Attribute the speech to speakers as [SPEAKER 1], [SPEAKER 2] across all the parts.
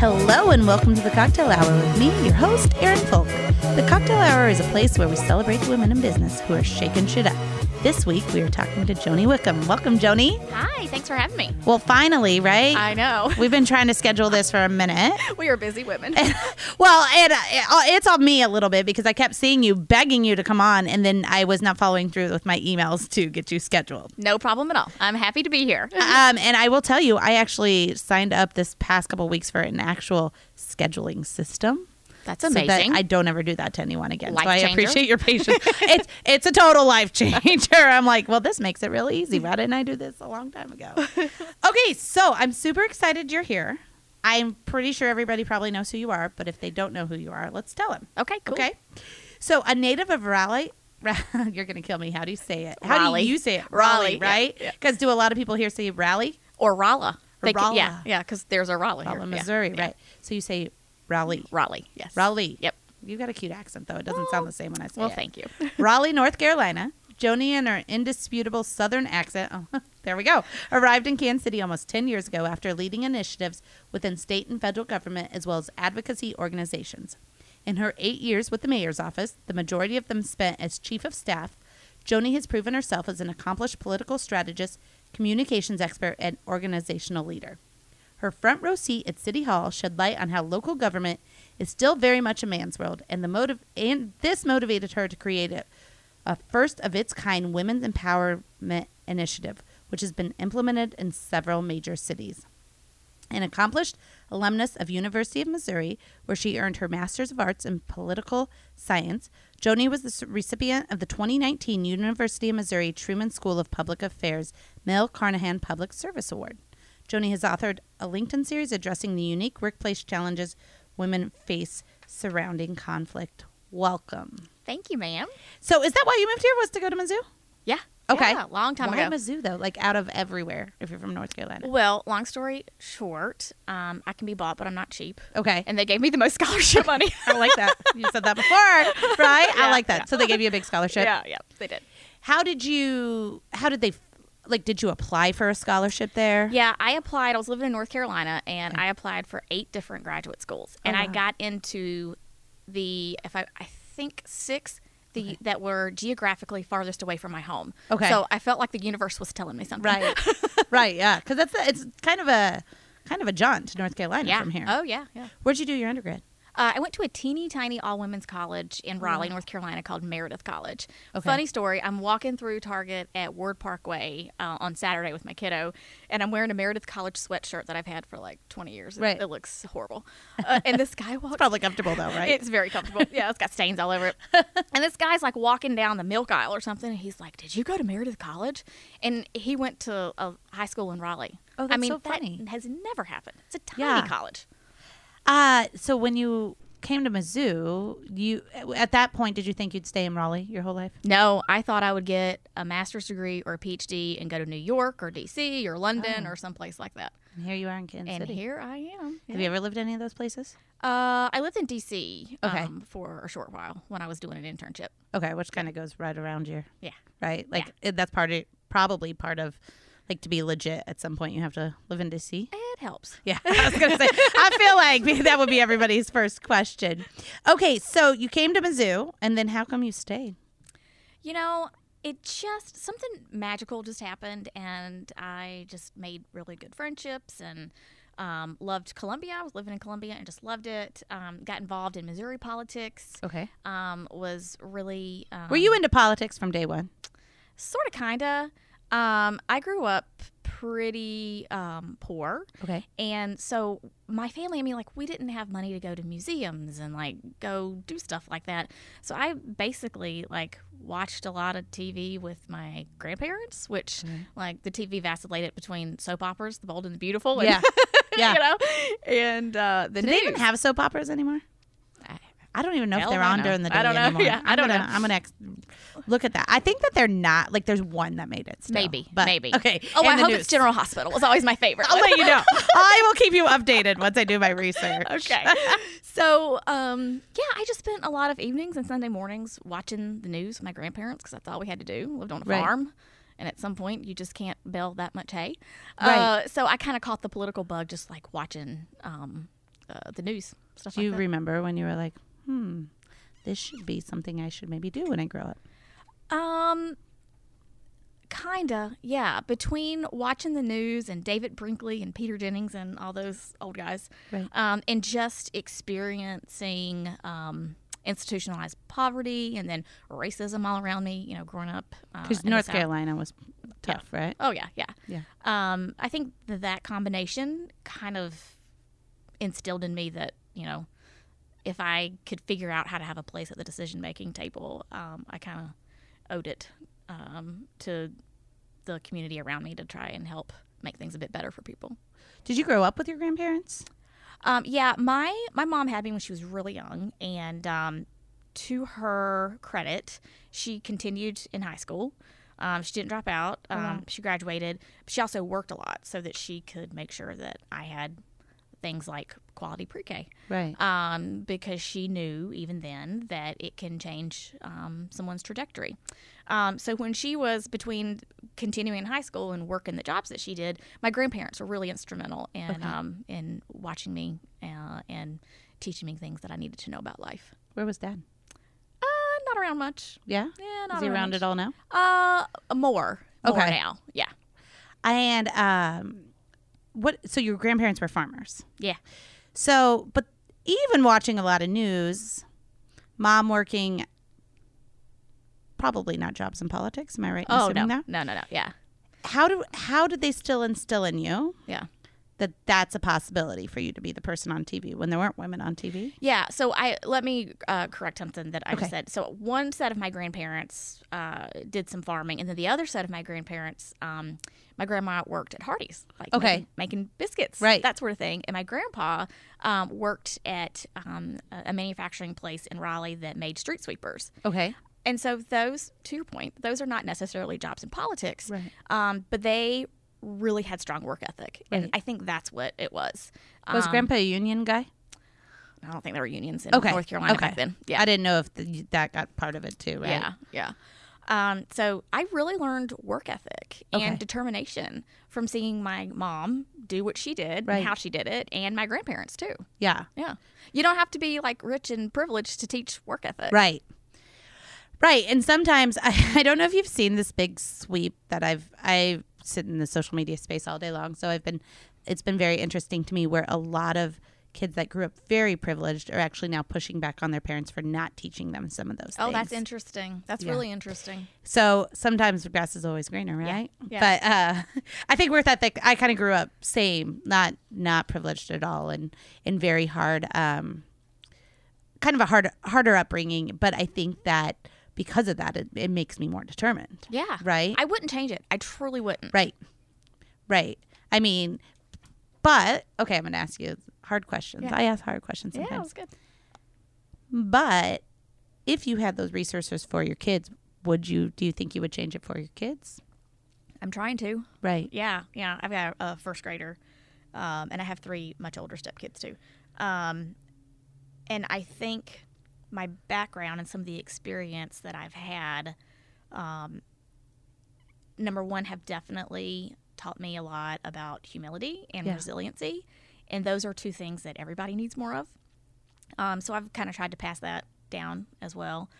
[SPEAKER 1] Hello and welcome to the Cocktail Hour with me, your host, Erin Folk. The Cocktail Hour is a place where we celebrate the women in business who are shaking shit up. This week we are talking to Joni Wickham. Welcome, Joni.
[SPEAKER 2] Hi, thanks for having me.
[SPEAKER 1] Well, finally, right?
[SPEAKER 2] I know.
[SPEAKER 1] We've been trying to schedule this for a minute.
[SPEAKER 2] We are busy women.
[SPEAKER 1] Well, and uh, it, uh, it's on me a little bit because I kept seeing you begging you to come on, and then I was not following through with my emails to get you scheduled.
[SPEAKER 2] no problem at all. I'm happy to be here.
[SPEAKER 1] Um, and I will tell you, I actually signed up this past couple weeks for an actual scheduling system.
[SPEAKER 2] That's
[SPEAKER 1] So
[SPEAKER 2] amazing.
[SPEAKER 1] that I don't ever do that to anyone again.
[SPEAKER 2] Life
[SPEAKER 1] so I
[SPEAKER 2] changer.
[SPEAKER 1] appreciate your patience. it's it's a total life changer. I'm like, well, this makes it really easy. Why didn't I do this a long time ago? okay, so I'm super excited you're here. I'm pretty sure everybody probably knows who you are, but if they don't know who you are, let's tell them.
[SPEAKER 2] okay, cool.
[SPEAKER 1] Okay. So a native of Raleigh. You're gonna kill me. How do you say it? How
[SPEAKER 2] Raleigh.
[SPEAKER 1] do you say it?
[SPEAKER 2] Raleigh,
[SPEAKER 1] Raleigh,
[SPEAKER 2] yeah,
[SPEAKER 1] right?
[SPEAKER 2] yeah.
[SPEAKER 1] Because do a lot of people here say Raleigh,
[SPEAKER 2] Or Rolla.
[SPEAKER 1] Or
[SPEAKER 2] could- yeah,
[SPEAKER 1] Rolla.
[SPEAKER 2] yeah, because there's a Rolla here.
[SPEAKER 1] Raleigh,
[SPEAKER 2] Yeah,
[SPEAKER 1] Missouri,
[SPEAKER 2] yeah.
[SPEAKER 1] right? So you say Raleigh,
[SPEAKER 2] Raleigh, yes.
[SPEAKER 1] Raleigh.
[SPEAKER 2] Yep.
[SPEAKER 1] You've got a cute accent though. It doesn't
[SPEAKER 2] Well,
[SPEAKER 1] sound the same when I say
[SPEAKER 2] Well,
[SPEAKER 1] it.
[SPEAKER 2] thank you.
[SPEAKER 1] Raleigh, North Carolina. Joni and her indisputable Southern accent, oh, there we go, arrived in Kansas City almost 10 years ago after leading initiatives within state and federal government as well as advocacy organizations. In her eight years with the mayor's office, the majority of them spent as chief of staff, Joni has proven herself as an accomplished political strategist, communications expert, and organizational leader. Her front row seat at City Hall shed light on how local government is still very much a man's world, and the motive and this motivated her to create a, a first of its kind women's empowerment initiative, which has been implemented in several major cities. An accomplished alumnus of University of Missouri, where she earned her Master's of Arts in Political Science, Joni was the s- recipient of the 2019 University of Missouri Truman School of Public Affairs Mel Carnahan Public Service Award. Joni has authored a LinkedIn series addressing the unique workplace challenges women face surrounding conflict. Welcome.
[SPEAKER 2] Thank you, ma'am.
[SPEAKER 1] So, is that why you moved here? Was to go to Mizzou?
[SPEAKER 2] Yeah.
[SPEAKER 1] Okay.
[SPEAKER 2] Yeah, long time
[SPEAKER 1] why
[SPEAKER 2] ago.
[SPEAKER 1] Mizzou though? Like out of everywhere, if you're from North Carolina.
[SPEAKER 2] well, long story short, um, I can be bought, but I'm not cheap.
[SPEAKER 1] Okay.
[SPEAKER 2] And they gave me the most scholarship money.
[SPEAKER 1] I like that. You said that before, right? I
[SPEAKER 2] Yeah,
[SPEAKER 1] like that.
[SPEAKER 2] yeah.
[SPEAKER 1] So they gave you a big scholarship.
[SPEAKER 2] yeah, yeah, they did.
[SPEAKER 1] How did you? How did they? Like, did you apply for a scholarship there?
[SPEAKER 2] Yeah, I applied. I was living in North Carolina, and I applied for eight different graduate schools, and
[SPEAKER 1] Oh,
[SPEAKER 2] I
[SPEAKER 1] wow.
[SPEAKER 2] got into the if I I think six the that were geographically farthest away from my home.
[SPEAKER 1] Okay.
[SPEAKER 2] so I felt like the universe was telling me something.
[SPEAKER 1] Right. right. Yeah. Because that's the, it's kind of a kind of a jaunt to North Carolina
[SPEAKER 2] Yeah.
[SPEAKER 1] from here.
[SPEAKER 2] Oh yeah. Yeah.
[SPEAKER 1] Where'd you do your undergrad?
[SPEAKER 2] Uh, I went to a teeny tiny all women's college in Raleigh, North Carolina called Meredith College.
[SPEAKER 1] Oh, Okay.
[SPEAKER 2] Funny story, I'm walking through Target at Ward Parkway uh, on Saturday with my kiddo, and I'm wearing a Meredith College sweatshirt that I've had for like 20 years. It-
[SPEAKER 1] Right.
[SPEAKER 2] It, looks horrible. Uh, and this guy walks.
[SPEAKER 1] Probably comfortable though, right?
[SPEAKER 2] It's very comfortable. Yeah, it's got stains all over it. And this guy's like walking down the milk aisle or something, and he's like, "Did you go to Meredith College?" And he went to a high school in Raleigh.
[SPEAKER 1] Oh,
[SPEAKER 2] I
[SPEAKER 1] that's
[SPEAKER 2] mean,
[SPEAKER 1] so funny.
[SPEAKER 2] that has never happened. It's a tiny
[SPEAKER 1] Yeah.
[SPEAKER 2] college.
[SPEAKER 1] uh, so when you came to Mizzou, you at that point did you think you'd stay in Raleigh your whole life?
[SPEAKER 2] No, I thought I would get a master's degree or a PhD and go to New York or DC or London or someplace like that.
[SPEAKER 1] And here you are in Kansas
[SPEAKER 2] Oh. And
[SPEAKER 1] City.
[SPEAKER 2] here I am.
[SPEAKER 1] Have you ever lived in any of those places?
[SPEAKER 2] Uh, I lived in DC
[SPEAKER 1] Okay.
[SPEAKER 2] um, for a short while when I was doing an internship.
[SPEAKER 1] Okay, which kind of goes right around your
[SPEAKER 2] Yeah.
[SPEAKER 1] right? Like it, that's part of probably part of like to be legit at some point you have to live in DC.
[SPEAKER 2] It helps.
[SPEAKER 1] Yeah, I was gonna say. I feel like that would be everybody's first question. Okay, so you came to Mizzou, and then how come you stayed?
[SPEAKER 2] You know, it just something magical just happened, and I just made really good friendships and um, loved Columbia. I was living in Columbia and just loved it. Um, got involved in Missouri politics.
[SPEAKER 1] Okay,
[SPEAKER 2] Um, was really um,
[SPEAKER 1] were you into politics from day one?
[SPEAKER 2] sort of kinda um, i grew up pretty um, poor
[SPEAKER 1] Okay,
[SPEAKER 2] and so my family i mean like we didn't have money to go to museums and like go do stuff like that so i basically like watched a lot of tv with my grandparents which
[SPEAKER 1] Okay.
[SPEAKER 2] like the tv vacillated between soap operas the bold and the beautiful and,
[SPEAKER 1] yeah, yeah.
[SPEAKER 2] you know and uh, the
[SPEAKER 1] Do
[SPEAKER 2] news
[SPEAKER 1] they even have soap operas anymore?
[SPEAKER 2] I-
[SPEAKER 1] I don't even know if
[SPEAKER 2] Hell
[SPEAKER 1] they're
[SPEAKER 2] if I
[SPEAKER 1] on
[SPEAKER 2] know.
[SPEAKER 1] during the day
[SPEAKER 2] I don't know.
[SPEAKER 1] anymore.
[SPEAKER 2] Yeah, I
[SPEAKER 1] I'm
[SPEAKER 2] don't
[SPEAKER 1] gonna-
[SPEAKER 2] know.
[SPEAKER 1] I'm gonna ex- look at that. I think that they're not like there's one that made it. still,
[SPEAKER 2] maybe
[SPEAKER 1] but-
[SPEAKER 2] maybe
[SPEAKER 1] Okay.
[SPEAKER 2] oh
[SPEAKER 1] and
[SPEAKER 2] i
[SPEAKER 1] the
[SPEAKER 2] hope
[SPEAKER 1] news.
[SPEAKER 2] it's general hospital it's always my favorite
[SPEAKER 1] I'll let you know. I will keep you updated once I do my research.
[SPEAKER 2] okay. So, um, yeah, I just spent a lot of evenings and Sunday mornings watching the news with my grandparents because that's all we had to do. Lived on a
[SPEAKER 1] Right.
[SPEAKER 2] farm. And at some point, you just can't bale that much hay.
[SPEAKER 1] Right.
[SPEAKER 2] Uh, so I kind of caught the political bug just like watching um, uh, the news stuff.
[SPEAKER 1] Do you
[SPEAKER 2] like that.
[SPEAKER 1] remember when you were like, hmm, this should be something I should maybe do when I grow up?
[SPEAKER 2] Um, kinda, yeah. Between watching the news and David Brinkley and Peter Jennings and all those old guys,
[SPEAKER 1] Right.
[SPEAKER 2] um, and just experiencing um, institutionalized poverty and then racism all around me, you know, growing up. uh,
[SPEAKER 1] Because
[SPEAKER 2] in the
[SPEAKER 1] North
[SPEAKER 2] South.
[SPEAKER 1] Carolina was tough, right?
[SPEAKER 2] Oh yeah, yeah.
[SPEAKER 1] Yeah.
[SPEAKER 2] Um, I think that, that combination kind of instilled in me that you know, if I could figure out how to have a place at the decision making table, um, I kind of owed it um, to the community around me to try and help make things a bit better for people.
[SPEAKER 1] Did you grow up with your grandparents?
[SPEAKER 2] Um, yeah, my my mom had me when she was really young, and um, to her credit, she continued in high school. Um, she didn't drop out. Um, She graduated. But she also worked a lot so that she could make sure that I had things like quality pre-K,
[SPEAKER 1] Right.
[SPEAKER 2] um, because she knew even then that it can change um, someone's trajectory. Um, so when she was between continuing high school and working the jobs that she did, my grandparents were really instrumental in um, in watching me uh, and teaching me things that I needed to know about life.
[SPEAKER 1] Where was dad?
[SPEAKER 2] Uh, not around much.
[SPEAKER 1] Yeah.
[SPEAKER 2] Yeah, not
[SPEAKER 1] Is he
[SPEAKER 2] around
[SPEAKER 1] around
[SPEAKER 2] much.
[SPEAKER 1] at all now?
[SPEAKER 2] Uh, more. More
[SPEAKER 1] Okay.
[SPEAKER 2] now. Yeah.
[SPEAKER 1] And um, what? So your grandparents were farmers.
[SPEAKER 2] Yeah.
[SPEAKER 1] So, but even watching a lot of news, mom working probably not jobs in politics. Am I right? in
[SPEAKER 2] Oh no.
[SPEAKER 1] assuming that?
[SPEAKER 2] No, no, no. Yeah.
[SPEAKER 1] How do how did they still instill in you
[SPEAKER 2] Yeah.
[SPEAKER 1] that that's a possibility for you to be the person on TV when there weren't women on TV?
[SPEAKER 2] Yeah. So I let me uh, correct something that I
[SPEAKER 1] Okay.
[SPEAKER 2] just said. So one set of my grandparents uh, did some farming, and then the other set of my grandparents, um, my grandma worked at Hardee's, like
[SPEAKER 1] Okay.
[SPEAKER 2] making, making biscuits,
[SPEAKER 1] Right.
[SPEAKER 2] that sort of thing. And my grandpa um, worked at um, a a manufacturing place in Raleigh that made street sweepers.
[SPEAKER 1] Okay.
[SPEAKER 2] And so those, to your point, those are not necessarily jobs in politics,
[SPEAKER 1] Right.
[SPEAKER 2] um, but they really had strong work ethic, and
[SPEAKER 1] Right.
[SPEAKER 2] I think that's what it was.
[SPEAKER 1] Was
[SPEAKER 2] Um,
[SPEAKER 1] Grandpa a union guy?
[SPEAKER 2] I don't think there were unions in
[SPEAKER 1] Okay.
[SPEAKER 2] North Carolina
[SPEAKER 1] Okay.
[SPEAKER 2] back then. Yeah.
[SPEAKER 1] I didn't know if the, that got part of it too, right?
[SPEAKER 2] Yeah, yeah. Um, so I really learned work ethic
[SPEAKER 1] Okay.
[SPEAKER 2] and determination from seeing my mom do what she did
[SPEAKER 1] Right.
[SPEAKER 2] and how she did it, and my grandparents too.
[SPEAKER 1] Yeah.
[SPEAKER 2] Yeah, you don't have to be like rich and privileged to teach work ethic.
[SPEAKER 1] Right. Right. And sometimes I, I don't know if you've seen this big sweep that I've I sit in the social media space all day long. So I've been it's been very interesting to me where a lot of kids that grew up very privileged are actually now pushing back on their parents for not teaching them some of those
[SPEAKER 2] Oh,
[SPEAKER 1] things.
[SPEAKER 2] that's interesting. That's really interesting.
[SPEAKER 1] So sometimes the grass is always greener, right?
[SPEAKER 2] Yeah.
[SPEAKER 1] But uh, I think worth ethic. I kind of grew up same, not not privileged at all, and and very hard, um, kind of a hard harder upbringing. But I think that because of that, it, it makes me more determined.
[SPEAKER 2] Yeah.
[SPEAKER 1] Right.
[SPEAKER 2] I wouldn't change it. I truly wouldn't.
[SPEAKER 1] Right. Right. I mean, but okay, I'm gonna ask you hard questions.
[SPEAKER 2] Yeah.
[SPEAKER 1] I ask hard questions
[SPEAKER 2] Yeah,
[SPEAKER 1] sometimes.
[SPEAKER 2] that's good.
[SPEAKER 1] But if you had those resources for your kids, would you? Do you think you would change it for your kids?
[SPEAKER 2] I'm trying to.
[SPEAKER 1] Right.
[SPEAKER 2] Yeah, yeah. I've got a first grader, um, and I have three much older stepkids too. Um, and I think my background and some of the experience that I've had, um, number one, have definitely taught me a lot about humility and
[SPEAKER 1] Yeah.
[SPEAKER 2] resiliency, and those are two things that everybody needs more of. Um, so I've kind of tried to pass that down as well.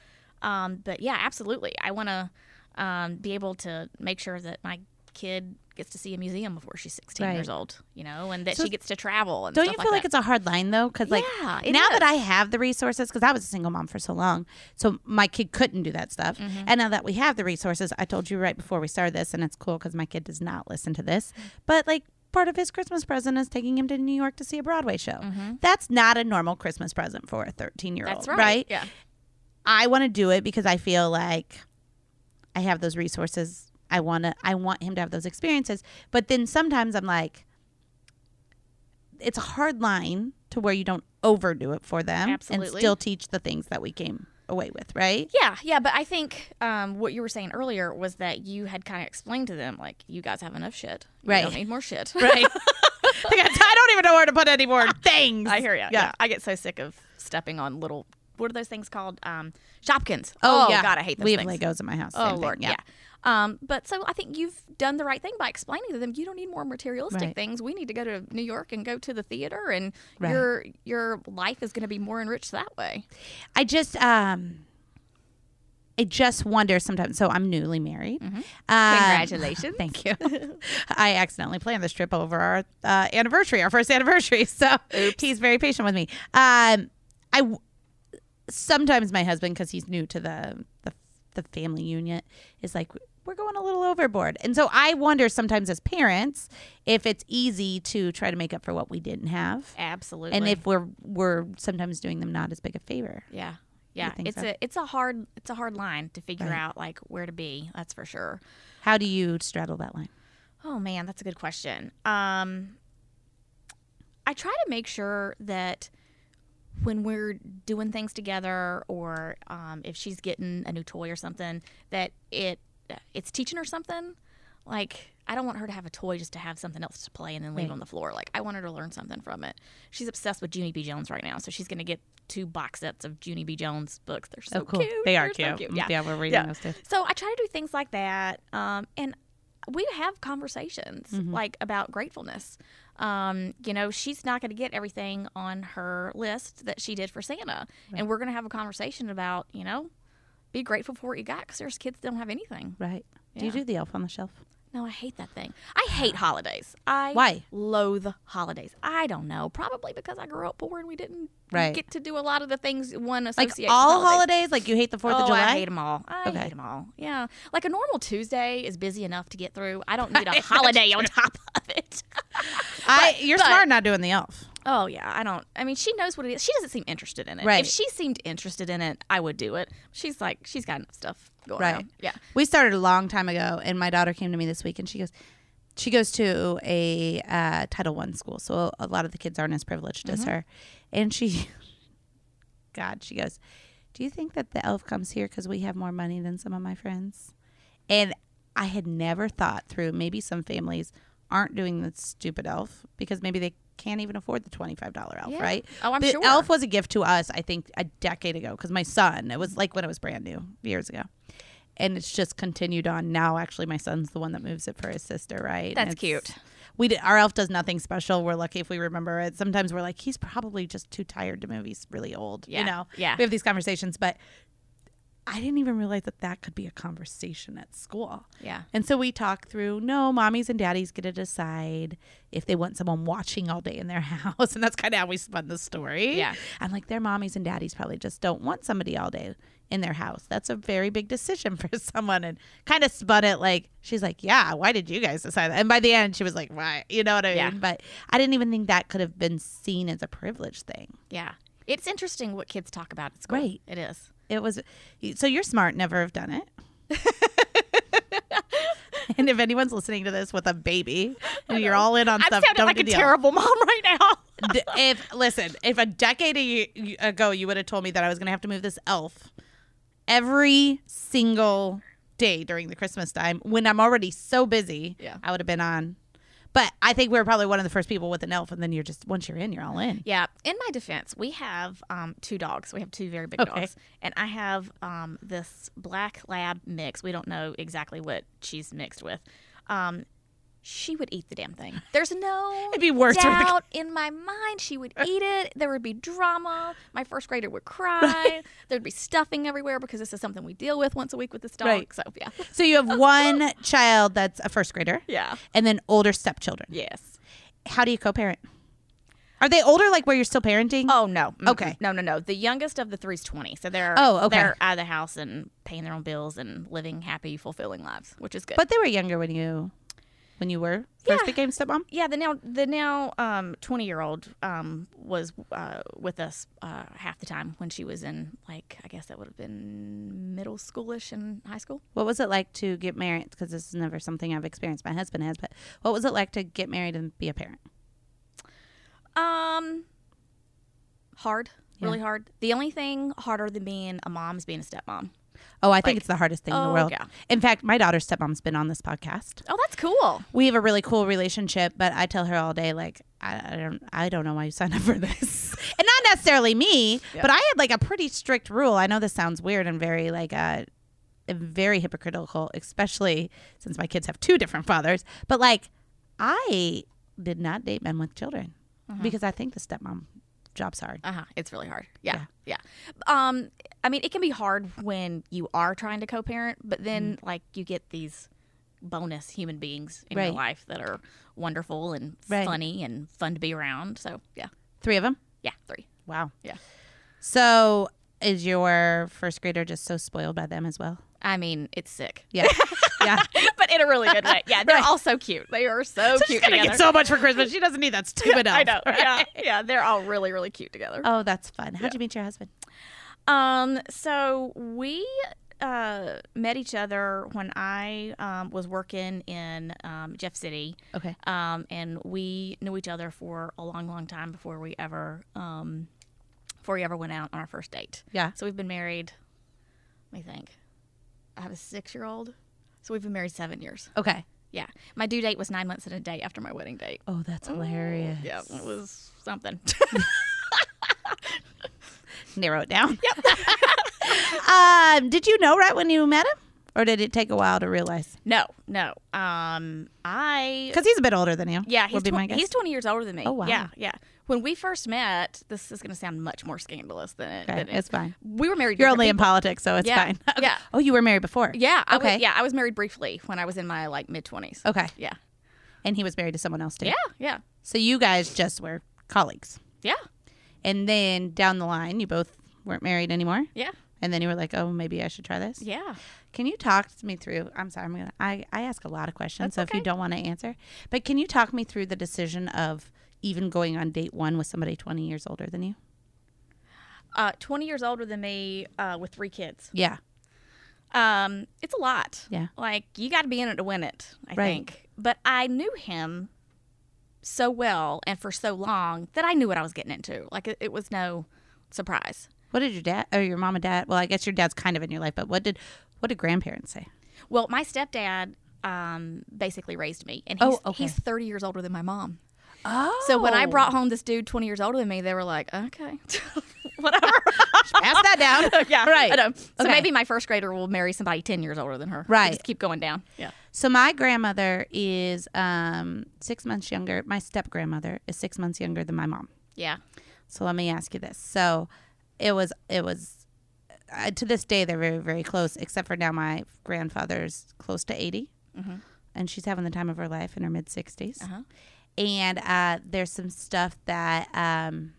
[SPEAKER 2] Um, but yeah, absolutely. I want to um, be able to make sure that my kid gets to see a museum before she's 16
[SPEAKER 1] Right.
[SPEAKER 2] years old, you know, and that
[SPEAKER 1] So
[SPEAKER 2] she gets to travel and
[SPEAKER 1] Don't you
[SPEAKER 2] stuff
[SPEAKER 1] feel like,
[SPEAKER 2] that.
[SPEAKER 1] it's a hard line though? Because like
[SPEAKER 2] Yeah, it
[SPEAKER 1] now that
[SPEAKER 2] is.
[SPEAKER 1] I have the resources, because I was a single mom for so long, so my kid couldn't do that stuff.
[SPEAKER 2] Mm-hmm.
[SPEAKER 1] And now that we have the resources, I told you right before we started this, and it's cool because my kid does not listen to this.
[SPEAKER 2] Mm-hmm.
[SPEAKER 1] But like part of his Christmas present is taking him to New York to see a Broadway show. That's not a normal Christmas present for a thirteen year old,
[SPEAKER 2] Mm-hmm.
[SPEAKER 1] right?
[SPEAKER 2] That's right. Yeah.
[SPEAKER 1] I want to do it because I feel like I have those resources. I want to I want him to have those experiences. But then sometimes I'm like it's a hard line to where you don't overdo it for them and
[SPEAKER 2] Absolutely.
[SPEAKER 1] still teach the things that we came away with, right?
[SPEAKER 2] Yeah, yeah, but I think um, what you were saying earlier was that you had kind of explained to them, like, you guys have enough shit. You
[SPEAKER 1] Right.
[SPEAKER 2] don't need more shit.
[SPEAKER 1] Right. I don't even know where to put any more things.
[SPEAKER 2] I hear you. Yeah.
[SPEAKER 1] Yeah.
[SPEAKER 2] I get so sick of stepping on little what are those things called? Um, Shopkins.
[SPEAKER 1] Oh, yeah.
[SPEAKER 2] God, I hate those
[SPEAKER 1] we
[SPEAKER 2] things.
[SPEAKER 1] have Legos in my house.
[SPEAKER 2] Oh
[SPEAKER 1] Same thing.
[SPEAKER 2] Lord, yeah. Um, but so I think you've done the right thing by explaining to them you don't need more materialistic
[SPEAKER 1] Right.
[SPEAKER 2] things. We need to go to New York and go to the theater, and
[SPEAKER 1] Right.
[SPEAKER 2] your your life is going to be more enriched that way.
[SPEAKER 1] I just um I just wonder sometimes. So I'm newly married. Um,
[SPEAKER 2] Mm-hmm. Congratulations.
[SPEAKER 1] thank you. I accidentally planned this trip over our uh, anniversary, our first anniversary. So he's very patient with me. Um, I w- sometimes my husband, because he's new to the, the the family unit, is like we're going a little overboard, and so I wonder sometimes as parents if it's easy to try to make up for what we didn't have,
[SPEAKER 2] Absolutely.
[SPEAKER 1] and if we're we're sometimes doing them not as big a favor.
[SPEAKER 2] yeah, yeah,
[SPEAKER 1] think
[SPEAKER 2] it's
[SPEAKER 1] so?
[SPEAKER 2] a it's a hard it's a hard line to figure
[SPEAKER 1] Right.
[SPEAKER 2] out like where to be. That's for sure.
[SPEAKER 1] How do you straddle that line?
[SPEAKER 2] Oh man, that's a good question. Um, I try to make sure that when we're doing things together, or um, if she's getting a new toy or something, that it it's teaching her something. Like I don't want her to have a toy just to have something else to play and then leave
[SPEAKER 1] Right.
[SPEAKER 2] on the floor. Like I want her to learn something from it. She's obsessed with Junie B. Jones right now, so she's gonna get two box sets of Junie B. Jones books. They're so cute.
[SPEAKER 1] Oh, They are
[SPEAKER 2] They're
[SPEAKER 1] cute.
[SPEAKER 2] so Yeah.
[SPEAKER 1] we're reading
[SPEAKER 2] Yeah.
[SPEAKER 1] those too.
[SPEAKER 2] So I try to do things like that, um, and we have conversations
[SPEAKER 1] Mm-hmm.
[SPEAKER 2] like about gratefulness. Um, you know, she's not going to get everything on her list that she did for Santa, and we're going to have a conversation about you know, be grateful for what you got because there's kids that don't have anything.
[SPEAKER 1] Right. Do you
[SPEAKER 2] Yeah.
[SPEAKER 1] do the elf on the shelf?
[SPEAKER 2] No, I hate that thing. I hate holidays. I
[SPEAKER 1] Why?
[SPEAKER 2] loathe holidays. I don't know. Probably because I grew up poor and we didn't
[SPEAKER 1] Right.
[SPEAKER 2] get to do a lot of the things one
[SPEAKER 1] Like
[SPEAKER 2] associates. with
[SPEAKER 1] all
[SPEAKER 2] holidays.
[SPEAKER 1] holidays? Like you hate the 4th
[SPEAKER 2] oh,
[SPEAKER 1] of July?
[SPEAKER 2] I hate them all. I
[SPEAKER 1] Okay.
[SPEAKER 2] hate them all. Yeah. Like a normal Tuesday is busy enough to get through. I don't need a holiday on top of it.
[SPEAKER 1] I- you're
[SPEAKER 2] but-
[SPEAKER 1] smart not doing the elf.
[SPEAKER 2] oh, yeah. I don't. I mean, she knows what it is. She doesn't seem interested in it.
[SPEAKER 1] Right.
[SPEAKER 2] If she seemed interested in it, I would do it. She's like, she's got enough stuff going
[SPEAKER 1] Right.
[SPEAKER 2] on. Yeah.
[SPEAKER 1] We started a long time ago, and my daughter came to me this week, and she goes, she goes to a uh, Title One school, so a lot of the kids aren't as privileged
[SPEAKER 2] Mm-hmm.
[SPEAKER 1] as her, and she, God, she goes, do you think that the elf comes here because we have more money than some of my friends? And I had never thought through. Maybe some families aren't doing the stupid elf because maybe they can't even afford the twenty five dollar elf,
[SPEAKER 2] Yeah.
[SPEAKER 1] right?
[SPEAKER 2] Oh, I'm
[SPEAKER 1] the
[SPEAKER 2] sure.
[SPEAKER 1] elf was a gift to us. I think a decade ago because my son. It was like when it was brand new years ago. And it's just continued on. Now, actually, my son's the one that moves it for his sister, right? And
[SPEAKER 2] That's
[SPEAKER 1] it's-
[SPEAKER 2] cute.
[SPEAKER 1] We did, our elf does nothing special. We're lucky if we remember it. Sometimes we're like, he's probably just too tired to move. He's really old,
[SPEAKER 2] Yeah.
[SPEAKER 1] you know.
[SPEAKER 2] Yeah.
[SPEAKER 1] we have these conversations, but I didn't even realize that that could be a conversation at school.
[SPEAKER 2] Yeah.
[SPEAKER 1] And so we talk through no, mommies and daddies get to decide if they want someone watching all day in their house. And that's kind of how we spun the story.
[SPEAKER 2] Yeah.
[SPEAKER 1] I'm like, their mommies and daddies probably just don't want somebody all day in their house. That's a very big decision for someone. And kind of spun it like, she's like, yeah, why did you guys decide that? And by the end, she was like, why? You know what I mean?
[SPEAKER 2] Yeah.
[SPEAKER 1] But I didn't even think that could have been seen as a privilege thing.
[SPEAKER 2] Yeah. It's interesting what kids talk about at school.
[SPEAKER 1] Right.
[SPEAKER 2] It is.
[SPEAKER 1] It was so you're smart, never have done it. and if anyone's listening to this with a baby and you're all in on
[SPEAKER 2] I'm
[SPEAKER 1] stuff,
[SPEAKER 2] sounding
[SPEAKER 1] don't
[SPEAKER 2] like
[SPEAKER 1] do
[SPEAKER 2] a
[SPEAKER 1] the
[SPEAKER 2] terrible mom right now.
[SPEAKER 1] D- if listen, if a decade a- ago you would have told me that I was going to have to move this elf every single day during the Christmas time when I'm already so busy,
[SPEAKER 2] Yeah.
[SPEAKER 1] I would have been on. But I think we were probably one of the first people with an elf, and then you're just once you're in, you're all in.
[SPEAKER 2] Yeah. In my defense, we have um, two dogs. We have two very big
[SPEAKER 1] Okay.
[SPEAKER 2] dogs, and I have um, this black lab mix. We don't know exactly what she's mixed with. Um, she would eat the damn thing. There's no
[SPEAKER 1] It'd be worse for the-
[SPEAKER 2] doubt in my mind she would eat it. There would be drama. My first grader would cry. There'd be stuffing everywhere because this is something we deal with once a week with this dog.
[SPEAKER 1] Right.
[SPEAKER 2] So yeah,
[SPEAKER 1] So you have one child that's a first grader,
[SPEAKER 2] yeah,
[SPEAKER 1] and then older stepchildren.
[SPEAKER 2] yes.
[SPEAKER 1] How do you co-parent? Are they older, like where you're still parenting?
[SPEAKER 2] Oh no. Mm-mm.
[SPEAKER 1] Okay.
[SPEAKER 2] No, no, no. The youngest of the three's twenty, so they're
[SPEAKER 1] Oh, okay.
[SPEAKER 2] they're out of the house and paying their own bills and living happy, fulfilling lives, which is good.
[SPEAKER 1] But they were younger when you, when you were first
[SPEAKER 2] Yeah.
[SPEAKER 1] became stepmom.
[SPEAKER 2] yeah, the now the now um twenty year old um was uh, with us uh, half the time when she was in like I guess that would have been middle schoolish and high school.
[SPEAKER 1] What was it like to get married? Because this is never something I've experienced. My husband has, but what was it like to get married and be a parent?
[SPEAKER 2] Um, hard,
[SPEAKER 1] Yeah.
[SPEAKER 2] really hard. The only thing harder than being a mom is being a stepmom.
[SPEAKER 1] Oh, I
[SPEAKER 2] Like-
[SPEAKER 1] think it's the hardest thing in the
[SPEAKER 2] Oh,
[SPEAKER 1] world.
[SPEAKER 2] yeah.
[SPEAKER 1] In fact, my daughter's stepmom's been on this podcast.
[SPEAKER 2] Oh, that's cool.
[SPEAKER 1] We have a really cool relationship, but I tell her all day, like, I, I don't, I don't know why you signed up for this, and not necessarily me,
[SPEAKER 2] Yeah.
[SPEAKER 1] but I had like a pretty strict rule. I know this sounds weird and very like uh very hypocritical, especially since my kids have two different fathers. But like I did not date men with children
[SPEAKER 2] Uh-huh.
[SPEAKER 1] because I think the stepmom job's hard.
[SPEAKER 2] Uh huh. It's really hard. Yeah, yeah. Um, I mean, it can be hard when you are trying to co-parent, but then
[SPEAKER 1] Mm-hmm.
[SPEAKER 2] like you get these bonus human beings in
[SPEAKER 1] Right.
[SPEAKER 2] your life that are wonderful and
[SPEAKER 1] Right.
[SPEAKER 2] funny and fun to be around. So yeah,
[SPEAKER 1] Three of them?
[SPEAKER 2] yeah, three.
[SPEAKER 1] Wow.
[SPEAKER 2] Yeah.
[SPEAKER 1] So is your first grader just so spoiled by them as well?
[SPEAKER 2] I mean, it's sick,
[SPEAKER 1] Yeah. yeah.
[SPEAKER 2] but in a really good way. Yeah, they're all so cute. They are so
[SPEAKER 1] She's
[SPEAKER 2] cute
[SPEAKER 1] gonna
[SPEAKER 2] together.
[SPEAKER 1] get so much for Christmas. She doesn't need that stupid
[SPEAKER 2] I
[SPEAKER 1] elf,
[SPEAKER 2] know.
[SPEAKER 1] right?
[SPEAKER 2] Yeah, yeah. They're all really, really cute together.
[SPEAKER 1] Oh, that's fun. How'd you meet your husband?
[SPEAKER 2] Um, so we uh, met each other when I um, was working in um, Jeff City,
[SPEAKER 1] Okay.
[SPEAKER 2] um, and we knew each other for a long, long time before we ever um, before we ever went out on our first date.
[SPEAKER 1] Yeah.
[SPEAKER 2] So we've been married. Let me think. I have a six-year-old, so we've been married seven years.
[SPEAKER 1] Okay.
[SPEAKER 2] Yeah, my due date was nine months and a day after my wedding date.
[SPEAKER 1] Oh, that's hilarious.
[SPEAKER 2] Yeah, it was something.
[SPEAKER 1] Narrow it down. Yep. um, did you know right when you met him? Or did it take a while to realize?
[SPEAKER 2] no, no. Um, I
[SPEAKER 1] Because he's a bit older than you.
[SPEAKER 2] Yeah, he's,
[SPEAKER 1] would be my
[SPEAKER 2] twen-
[SPEAKER 1] guess.
[SPEAKER 2] he's 20 years older than me.
[SPEAKER 1] Oh, wow.
[SPEAKER 2] Yeah, yeah. When we first met, this is going to sound much more scandalous than it.
[SPEAKER 1] Okay,
[SPEAKER 2] than it-
[SPEAKER 1] it's fine.
[SPEAKER 2] we were married.
[SPEAKER 1] You're
[SPEAKER 2] different
[SPEAKER 1] only in
[SPEAKER 2] people.
[SPEAKER 1] politics, so it's
[SPEAKER 2] Yeah.
[SPEAKER 1] fine.
[SPEAKER 2] Yeah.
[SPEAKER 1] Oh, you were married before.
[SPEAKER 2] Yeah, I
[SPEAKER 1] Okay. Oh,
[SPEAKER 2] Was, yeah, I was married briefly when I was in my like mid 20s.
[SPEAKER 1] Okay.
[SPEAKER 2] Yeah.
[SPEAKER 1] And he was married to someone else too.
[SPEAKER 2] Yeah, yeah,
[SPEAKER 1] So you guys just were colleagues.
[SPEAKER 2] yeah,
[SPEAKER 1] And then down the line, you both weren't married anymore.
[SPEAKER 2] yeah,
[SPEAKER 1] And then you were like, oh, maybe I should try this.
[SPEAKER 2] yeah.
[SPEAKER 1] Can you talk me through? I'm sorry, I'm gonna. I, I ask a lot of questions,
[SPEAKER 2] That's
[SPEAKER 1] so if you
[SPEAKER 2] okay.
[SPEAKER 1] don't want to answer, but can you talk me through the decision of even going on date one with somebody 20 years older than you?
[SPEAKER 2] Uh, 20 years older than me uh, with three kids.
[SPEAKER 1] Yeah,
[SPEAKER 2] Um, it's a lot.
[SPEAKER 1] Yeah.
[SPEAKER 2] Like you got to be in it to win it. I
[SPEAKER 1] Right.
[SPEAKER 2] think. But I knew him so well and for so long that I knew what I was getting into. Like it, it was no surprise.
[SPEAKER 1] What did your dad or your mom and dad? Well, I guess your dad's kind of in your life, but what did what did grandparents say?
[SPEAKER 2] Well, my stepdad um, basically raised me, and he's,
[SPEAKER 1] Oh, okay.
[SPEAKER 2] he's 30 years older than my mom.
[SPEAKER 1] Oh,
[SPEAKER 2] So when I brought home this dude 20 years older than me, they were like, okay, whatever.
[SPEAKER 1] pass that down,
[SPEAKER 2] yeah,
[SPEAKER 1] Right.
[SPEAKER 2] I know. So
[SPEAKER 1] Okay.
[SPEAKER 2] maybe my first grader will marry somebody 10 years older than her.
[SPEAKER 1] Right.
[SPEAKER 2] Just keep going down. Yeah.
[SPEAKER 1] So my grandmother is um, six months younger. My step grandmother is six months younger than my mom.
[SPEAKER 2] Yeah.
[SPEAKER 1] So let me ask you this. So it was it was uh, to this day they're very very close. Except for now, my grandfather's close to 80 and she's having the time of her life in her mid 60s
[SPEAKER 2] Mm-hmm. Uh-huh.
[SPEAKER 1] And uh, there's some stuff that um,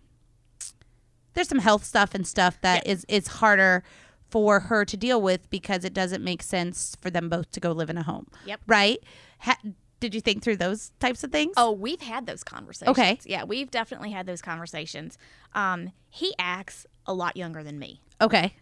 [SPEAKER 1] there's some health stuff and stuff that is is harder for her to deal with because it doesn't make sense for them both to go live in a home.
[SPEAKER 2] Yep.
[SPEAKER 1] Right? Ha- did you think through those types of things?
[SPEAKER 2] Oh, we've had those conversations.
[SPEAKER 1] Okay.
[SPEAKER 2] Yeah, we've definitely had those conversations. Um, he acts a lot younger than me.
[SPEAKER 1] okay.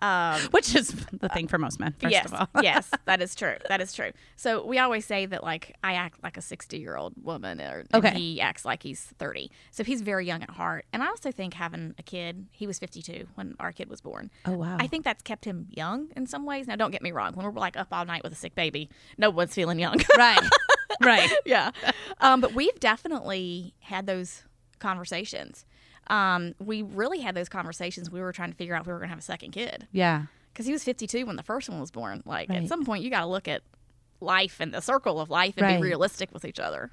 [SPEAKER 2] Um,
[SPEAKER 1] Which is the thing for most men. First
[SPEAKER 2] yes,
[SPEAKER 1] of all,
[SPEAKER 2] yes, that is true. That is true. So we always say that like I act like a sixty-year-old woman, or and
[SPEAKER 1] Okay.
[SPEAKER 2] he acts like he's thirty. So he's very young at heart, and I also think having a kid, he was fifty-two when our kid was born.
[SPEAKER 1] Oh wow.
[SPEAKER 2] I think that's kept him young in some ways. Now, don't get me wrong. When we're like up all night with a sick baby, no one's feeling young.
[SPEAKER 1] right. right.
[SPEAKER 2] yeah. Um, but we've definitely had those conversations. Um, we really had those conversations. We were trying to figure out if we were going to have a second kid
[SPEAKER 1] Yeah.
[SPEAKER 2] because he was 52 when the first one was born. Like
[SPEAKER 1] Right.
[SPEAKER 2] at some point, you got to look at life and the circle of life and
[SPEAKER 1] Right.
[SPEAKER 2] be realistic with each other.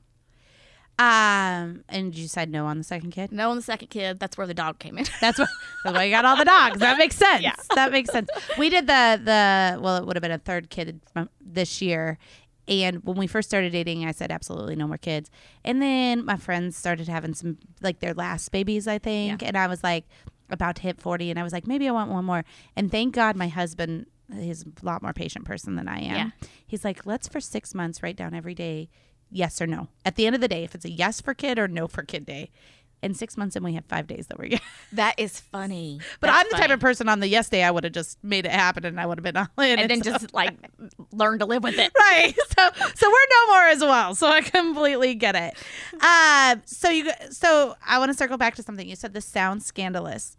[SPEAKER 1] Um, and you said no on the second kid.
[SPEAKER 2] No, on the second kid, that's where the dog came in.
[SPEAKER 1] That's why. That's why you got all the dogs. That makes sense.
[SPEAKER 2] Yeah.
[SPEAKER 1] That makes sense. We did the the well, it would have been a third kid from this year. And when we first started dating, I said absolutely no more kids. And then my friends started having some like their last babies, I think, and I was like about to hit forty, and I was like maybe I want one more. And thank God my husband is a lot more patient person than I am.
[SPEAKER 2] Yeah.
[SPEAKER 1] He's like, let's for six months write down every day, yes or no. At the end of the day, if it's a yes for kid or no for kid day. In six months, and we have five days that we're yes.
[SPEAKER 2] that is funny.
[SPEAKER 1] But I'm the type of person on the yes day I would have just made it happen and I would have been all in.
[SPEAKER 2] and then
[SPEAKER 1] so-
[SPEAKER 2] just like learn to live with it.
[SPEAKER 1] right. So so we're no more as well. So I completely get it. Um. So you. So I want to circle back to something you said. This sounds scandalous.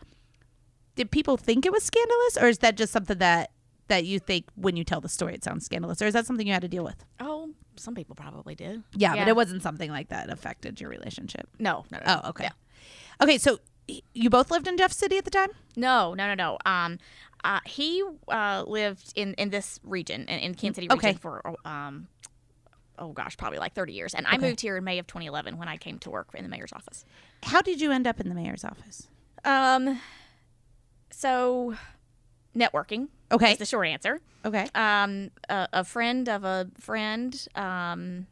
[SPEAKER 1] Did people think it was scandalous, or is that just something that that you think when you tell the story it sounds scandalous, or is that something you had to deal with?
[SPEAKER 2] Oh, some people probably did.
[SPEAKER 1] Yeah,
[SPEAKER 2] Yeah.
[SPEAKER 1] but it wasn't something like that affected your relationship.
[SPEAKER 2] No, no, no. no.
[SPEAKER 1] Oh, okay. Okay, so you both lived in Jeff City at the time?
[SPEAKER 2] No, no, no, no. Um, uh, he uh, lived in, in this region, in, in Kansas City region,
[SPEAKER 1] Okay.
[SPEAKER 2] for oh, um, oh gosh, probably like thirty years. And I
[SPEAKER 1] Okay.
[SPEAKER 2] moved here in May of 2011 when I came to work in the mayor's office.
[SPEAKER 1] How did you end up in the mayor's office?
[SPEAKER 2] Um, so networking
[SPEAKER 1] Okay.
[SPEAKER 2] is the short answer.
[SPEAKER 1] Okay.
[SPEAKER 2] Um, a, a friend of a friend um,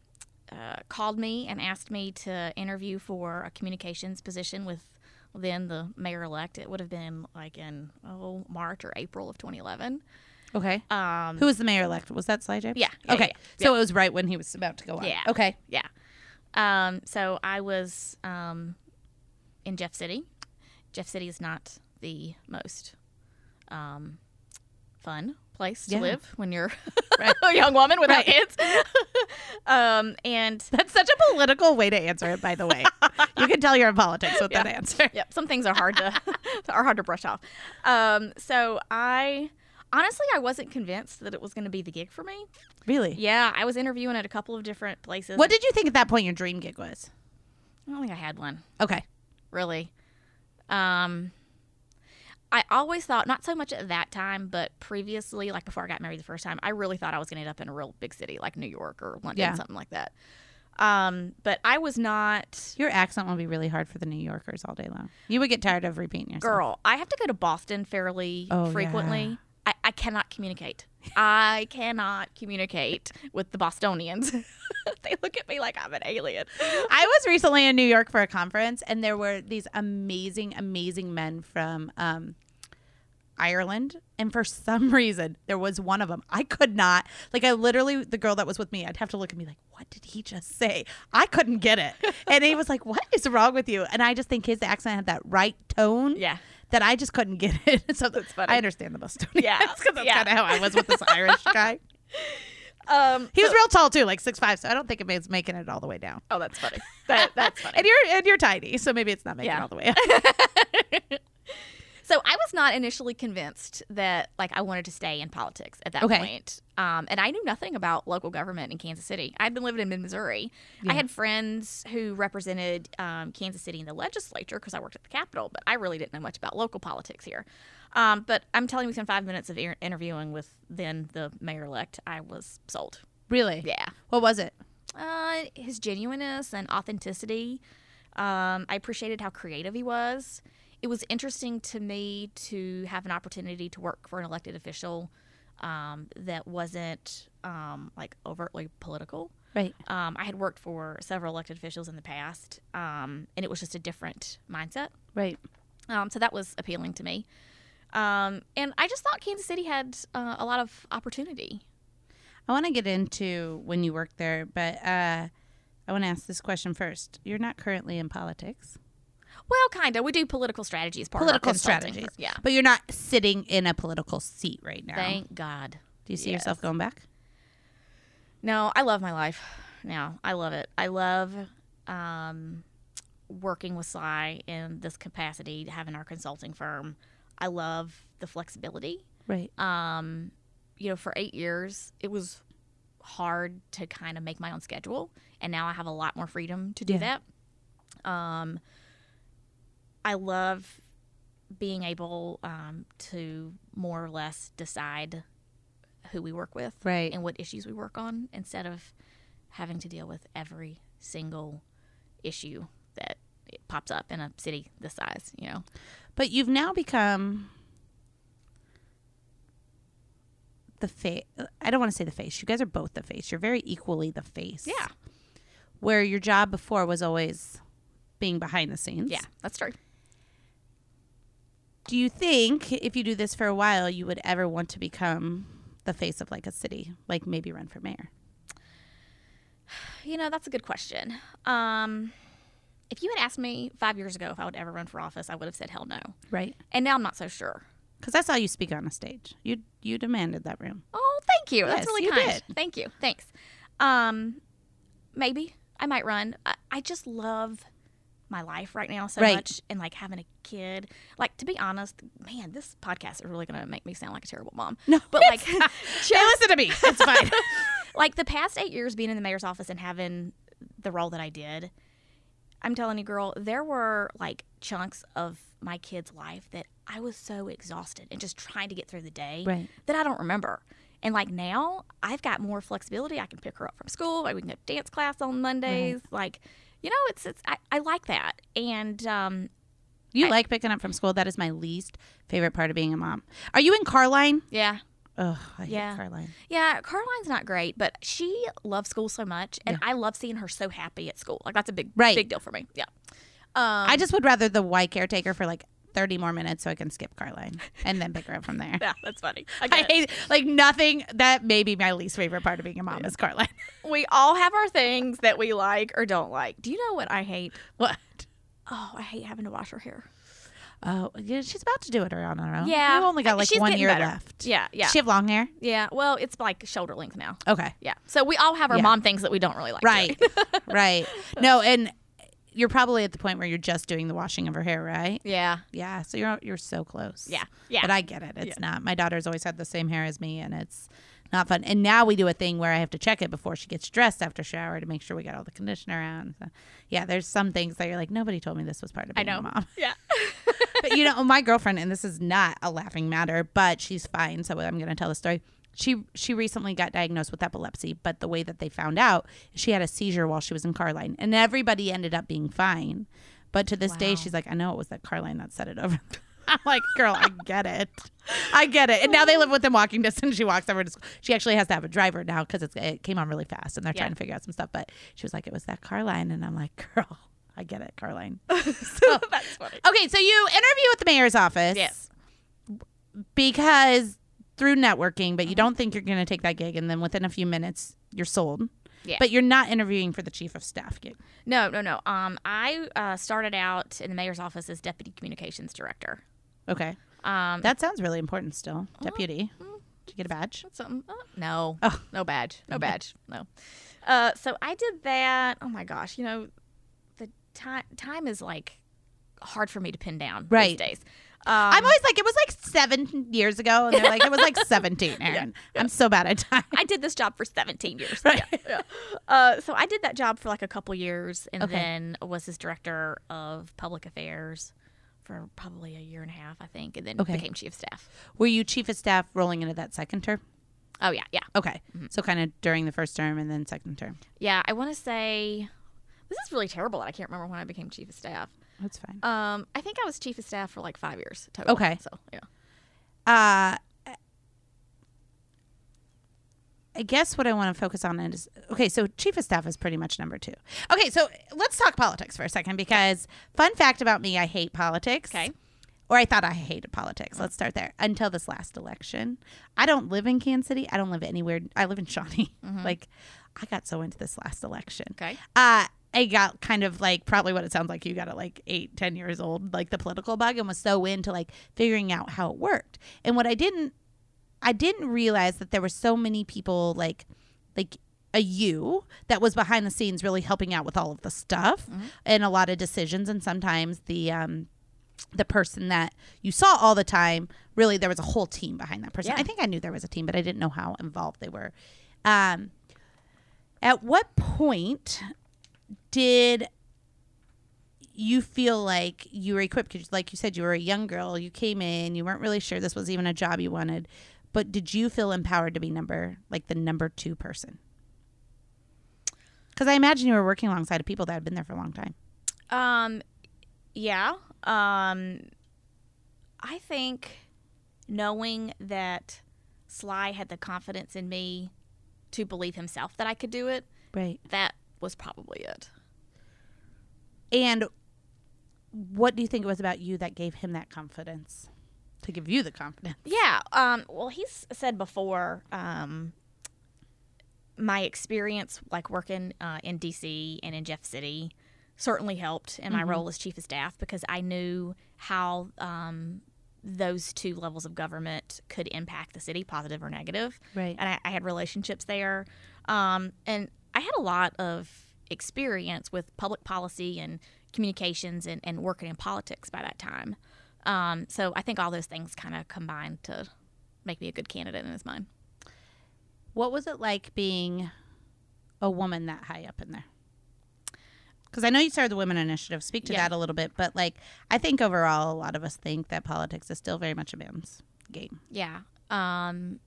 [SPEAKER 2] uh, called me and asked me to interview for a communications position with then the mayor elect. It would have been like in oh March or April of 2011.
[SPEAKER 1] Okay.
[SPEAKER 2] Um,
[SPEAKER 1] Who was the mayor elect? Was that Sly J?
[SPEAKER 2] Yeah, yeah,
[SPEAKER 1] okay.
[SPEAKER 2] yeah,
[SPEAKER 1] So it was right when he was about to go on.
[SPEAKER 2] Yeah.
[SPEAKER 1] Okay.
[SPEAKER 2] yeah. Um, so I was um, in Jeff City. Jeff City is not the most um, fun place to
[SPEAKER 1] Yeah.
[SPEAKER 2] live when you're
[SPEAKER 1] Right.
[SPEAKER 2] a young woman without
[SPEAKER 1] Right.
[SPEAKER 2] kids. um, and
[SPEAKER 1] That's such a political way to answer it, by the way. you can tell you're in politics with that answer.
[SPEAKER 2] yep, some things are hard to are hard to brush off. Um, so I honestly I wasn't convinced that it was going to be the gig for me.
[SPEAKER 1] Really?
[SPEAKER 2] Yeah, I was interviewing at a couple of different places.
[SPEAKER 1] What did you think at that point your dream gig was?
[SPEAKER 2] I don't think I had one.
[SPEAKER 1] Okay.
[SPEAKER 2] really. Um, I always thought, not so much at that time, but previously, like before I got married the first time, I really thought I was going to end up in a real big city like New York or London,
[SPEAKER 1] Yeah.
[SPEAKER 2] something like that. Um, but I was not.
[SPEAKER 1] Your accent will be really hard for the New Yorkers all day long. You would get tired of repeating yourself.
[SPEAKER 2] Girl, I have to go to Boston fairly
[SPEAKER 1] Oh, yeah.
[SPEAKER 2] frequently. I, I cannot communicate. I cannot communicate with the Bostonians. they look at me like I'm an alien.
[SPEAKER 1] I was recently in New York for a conference, and there were these amazing, amazing men from um, Ireland. And for some reason, there was one of them. I could not, like, I literally, the girl that was with me, I'd have to look at me like, what did he just say? I couldn't get it. And he was like, what is wrong with you? And I just think his accent had that right tone
[SPEAKER 2] Yeah.
[SPEAKER 1] that I just couldn't get it. So that's
[SPEAKER 2] funny.
[SPEAKER 1] I understand the Bostonians.
[SPEAKER 2] Yeah,
[SPEAKER 1] Because that's
[SPEAKER 2] yeah.
[SPEAKER 1] kind of how I was with this Irish guy.
[SPEAKER 2] Um,
[SPEAKER 1] He was real tall, too, like six five. so I don't think it was making it all the way down.
[SPEAKER 2] oh, that's funny. That, that's funny.
[SPEAKER 1] And you're and you're tiny, so maybe it's not making
[SPEAKER 2] Yeah.
[SPEAKER 1] all the way up.
[SPEAKER 2] So I was not initially convinced that like I wanted to stay in politics at that
[SPEAKER 1] Okay.
[SPEAKER 2] point. Um, and I knew nothing about local government in Kansas City. I'd been living in mid Missouri.
[SPEAKER 1] Yeah.
[SPEAKER 2] I had friends who represented um, Kansas City in the legislature because I worked at the Capitol, but I really didn't know much about local politics here. Um, but I'm telling you, within five minutes of ear interviewing with then the mayor elect, I was sold.
[SPEAKER 1] Really?
[SPEAKER 2] Yeah
[SPEAKER 1] What was it?
[SPEAKER 2] uh, his genuineness and authenticity. Um, I appreciated how creative he was. It was interesting to me to have an opportunity to work for an elected official um, that wasn't um, like overtly political.
[SPEAKER 1] Right.
[SPEAKER 2] Um, I had worked for several elected officials in the past, um, and it was just a different mindset.
[SPEAKER 1] Right.
[SPEAKER 2] Um, so that was appealing to me. Um, and I just thought Kansas City had uh, a lot of opportunity.
[SPEAKER 1] I want to get into when you worked there, but uh, I want to ask this question first. You're not currently in politics.
[SPEAKER 2] Well, kind of. We do political strategy as part
[SPEAKER 1] Political
[SPEAKER 2] of our consulting
[SPEAKER 1] strategies.
[SPEAKER 2] firm. Yeah.
[SPEAKER 1] But you're not sitting in a political seat right now.
[SPEAKER 2] Thank God.
[SPEAKER 1] Do you see
[SPEAKER 2] yes.
[SPEAKER 1] yourself going back?
[SPEAKER 2] No, I love my life now. I love it. I love um, working with Sly in this capacity, having our consulting firm. I love the flexibility.
[SPEAKER 1] Right.
[SPEAKER 2] Um, you know, for eight years, it was hard to kind of make my own schedule. And now I have a lot more freedom to do
[SPEAKER 1] Yeah.
[SPEAKER 2] that. Um, I love being able um, to more or less decide who we work with
[SPEAKER 1] Right.
[SPEAKER 2] and what issues we work on instead of having to deal with every single issue that it pops up in a city this size, you know.
[SPEAKER 1] But you've now become the face. I don't want to say the face. You guys are both the face. You're very equally the face. Where your job before was always being behind the scenes.
[SPEAKER 2] Yeah, that's true.
[SPEAKER 1] Do you think if you do this for a while, you would ever want to become the face of like a city, like maybe run for mayor?
[SPEAKER 2] You know, that's a good question. Um if you had asked me 5 years ago if I would ever run for office, I would have said hell no.
[SPEAKER 1] Right.
[SPEAKER 2] And now I'm not so sure.
[SPEAKER 1] Because that's how you speak on a stage. You you demanded that room.
[SPEAKER 2] Oh, thank you.
[SPEAKER 1] Yes,
[SPEAKER 2] That's really
[SPEAKER 1] you
[SPEAKER 2] kind. Thank you. Thanks. Um, maybe I might run. I, I just love my life right now so
[SPEAKER 1] Right.
[SPEAKER 2] much, and like having a kid. Like to be honest, man, this podcast is really gonna make me sound like a terrible mom.
[SPEAKER 1] No,
[SPEAKER 2] but like,
[SPEAKER 1] Hey, listen to me. It's fine.
[SPEAKER 2] like the past eight years being in the mayor's office and having the role that I did, I'm telling you, girl, there were like chunks of my kid's life that I was so exhausted and just trying to get through the day
[SPEAKER 1] Right.
[SPEAKER 2] that I don't remember. And like now, I've got more flexibility. I can pick her up from school. Like we can go to dance class
[SPEAKER 1] Mm-hmm.
[SPEAKER 2] on Mondays. Like, you know, it's it's I, I like that. And um,
[SPEAKER 1] You
[SPEAKER 2] I-
[SPEAKER 1] like picking up from school. That is my least favorite part of being a mom. Are you in Carline?
[SPEAKER 2] yeah,
[SPEAKER 1] Oh, I
[SPEAKER 2] Yeah.
[SPEAKER 1] hate Carline.
[SPEAKER 2] Yeah, Caroline's not great, but she loves school so much, and I love seeing her so happy at school. Like that's a big,
[SPEAKER 1] Right.
[SPEAKER 2] big deal for me. Yeah. Um,
[SPEAKER 1] I just would rather the Y caretaker for like 30 more minutes so I can skip Carline and then pick her up from there.
[SPEAKER 2] yeah, that's funny. I
[SPEAKER 1] I
[SPEAKER 2] get it.
[SPEAKER 1] hate like nothing. That may be my least favorite part of being a mom is Carline.
[SPEAKER 2] we all have our things that we like or don't like. Do you know what I hate?
[SPEAKER 1] What?
[SPEAKER 2] Oh, I hate having to wash her hair.
[SPEAKER 1] Oh, yeah, she's about to do it on her own.
[SPEAKER 2] Yeah.
[SPEAKER 1] We've only got like
[SPEAKER 2] She's
[SPEAKER 1] one
[SPEAKER 2] getting
[SPEAKER 1] year
[SPEAKER 2] better.
[SPEAKER 1] left.
[SPEAKER 2] Yeah, yeah,
[SPEAKER 1] Does she have long hair?
[SPEAKER 2] yeah. Well, it's like shoulder length now.
[SPEAKER 1] Okay.
[SPEAKER 2] Yeah. So we all have our
[SPEAKER 1] Yeah.
[SPEAKER 2] mom things that we don't really like.
[SPEAKER 1] Right. right. No, and you're probably at the point where you're just doing the washing of her hair, right?
[SPEAKER 2] Yeah.
[SPEAKER 1] Yeah. So you're you're so close.
[SPEAKER 2] Yeah. Yeah.
[SPEAKER 1] But I get it. It's not. My daughter's always had the same hair as me, and it's not fun. And now we do a thing where I have to check it before she gets dressed after shower to make sure we got all the conditioner on. So, yeah, there's some things that you're like, nobody told me this was part of
[SPEAKER 2] I
[SPEAKER 1] being
[SPEAKER 2] know.
[SPEAKER 1] a mom.
[SPEAKER 2] Yeah.
[SPEAKER 1] But you know, my girlfriend, and this is not a laughing matter, but she's fine. So I'm going to tell the story. She she recently got diagnosed with epilepsy, but the way that they found out, she had a seizure while she was in Carline, and everybody ended up being fine. But to this day,
[SPEAKER 2] Wow.
[SPEAKER 1] she's like, I know it was that Carline that said it over. I'm like, girl, I get it, I get it. And now they live within walking distance. She walks over to school. She actually has to have a driver now because it came on really fast, and they're
[SPEAKER 2] Yeah.
[SPEAKER 1] trying to figure out some stuff. But she was like, it was that Carline, and I'm like, girl, I get it, Carline. so
[SPEAKER 2] that's funny.
[SPEAKER 1] Okay, so you interview at the mayor's office.
[SPEAKER 2] Yes.
[SPEAKER 1] Because through networking,
[SPEAKER 2] Mm-hmm.
[SPEAKER 1] but you don't think you're going to take that gig. And then within a few minutes, you're sold.
[SPEAKER 2] Yeah.
[SPEAKER 1] But you're not interviewing for the chief of staff gig.
[SPEAKER 2] No, no, no. Um, I uh, started out in the mayor's office as deputy communications director.
[SPEAKER 1] Okay.
[SPEAKER 2] Um,
[SPEAKER 1] That sounds really important still.
[SPEAKER 2] Oh,
[SPEAKER 1] Deputy.
[SPEAKER 2] mm-hmm.
[SPEAKER 1] Did you get a badge?
[SPEAKER 2] something. uh, no,
[SPEAKER 1] Oh.
[SPEAKER 2] no badge, no badge, no. Uh, so I did that. Oh my gosh, you know, the time time is like hard for me to pin down
[SPEAKER 1] Right.
[SPEAKER 2] these days. Um,
[SPEAKER 1] I'm always like, it was like seven years ago. And they're like, it was like 17, Aaron. I'm so bad at time.
[SPEAKER 2] I did this job for 17 years. Yeah, yeah. Uh, so I did that job for like a couple years and
[SPEAKER 1] Okay.
[SPEAKER 2] then was his director of public affairs for probably a year and a half, I think, and then
[SPEAKER 1] Okay.
[SPEAKER 2] became chief of staff.
[SPEAKER 1] Were you chief of staff rolling into that second term?
[SPEAKER 2] Oh, yeah, yeah.
[SPEAKER 1] Okay. So kind of during the first term and then second term.
[SPEAKER 2] Yeah, I want to say this is really terrible. that I can't remember when I became chief of staff.
[SPEAKER 1] That's fine.
[SPEAKER 2] Um, I think I was chief of staff for like five years total.
[SPEAKER 1] Okay.
[SPEAKER 2] So yeah.
[SPEAKER 1] uh, I guess what I want to focus on is okay. So chief of staff is pretty much number two. Okay, so let's talk politics for a second because fun fact about me, I hate politics.
[SPEAKER 2] Okay.
[SPEAKER 1] Or I thought I hated politics. Let's start there. Until this last election, I don't live in Kansas City. I don't live anywhere. I live in Shawnee. Like, I got so into this last election.
[SPEAKER 2] Okay.
[SPEAKER 1] Uh, I got kind of like probably what it sounds like you got at like eight, ten years old, like the political bug, and was so into like figuring out how it worked. And what I didn't, I didn't realize that there were so many people like, like a you that was behind the scenes really helping out with all of the stuff and a lot of decisions. And sometimes the um, the person that you saw all the time really there was a whole team behind that person
[SPEAKER 2] Yeah.
[SPEAKER 1] i think i knew there was a team but i didn't know how involved they were um, at what point did you feel like you were equipped 'Cause like you said you were a young girl you came in you weren't really sure this was even a job you wanted but did you feel empowered to be number like the number two person because i imagine you were working alongside of people that had been there for a long time
[SPEAKER 2] Um, yeah. Um, I think knowing that Sly had the confidence in me to believe himself that I could do it,
[SPEAKER 1] right
[SPEAKER 2] that was probably it.
[SPEAKER 1] And what do you think it was about you that gave him that confidence? To give you the confidence.
[SPEAKER 2] Yeah. Um, well, he's said before um, my experience, like working uh, in DC and in Jeff City, certainly helped in my role as chief of staff because I knew how um, those two levels of government could impact the city, positive or negative.
[SPEAKER 1] Right.
[SPEAKER 2] And I, I had relationships there. Um, and I had a lot of experience with public policy and communications and, and working in politics by that time. Um, so I think all those things kind of combined to make me a good candidate in his mind.
[SPEAKER 1] What was it like being a woman that high up in there? Because because I know you started the Women Initiative. Speak to
[SPEAKER 2] Yeah.
[SPEAKER 1] that a little bit, but like I think overall, a lot of us think that politics is still very much a man's game.
[SPEAKER 2] Yeah. Um,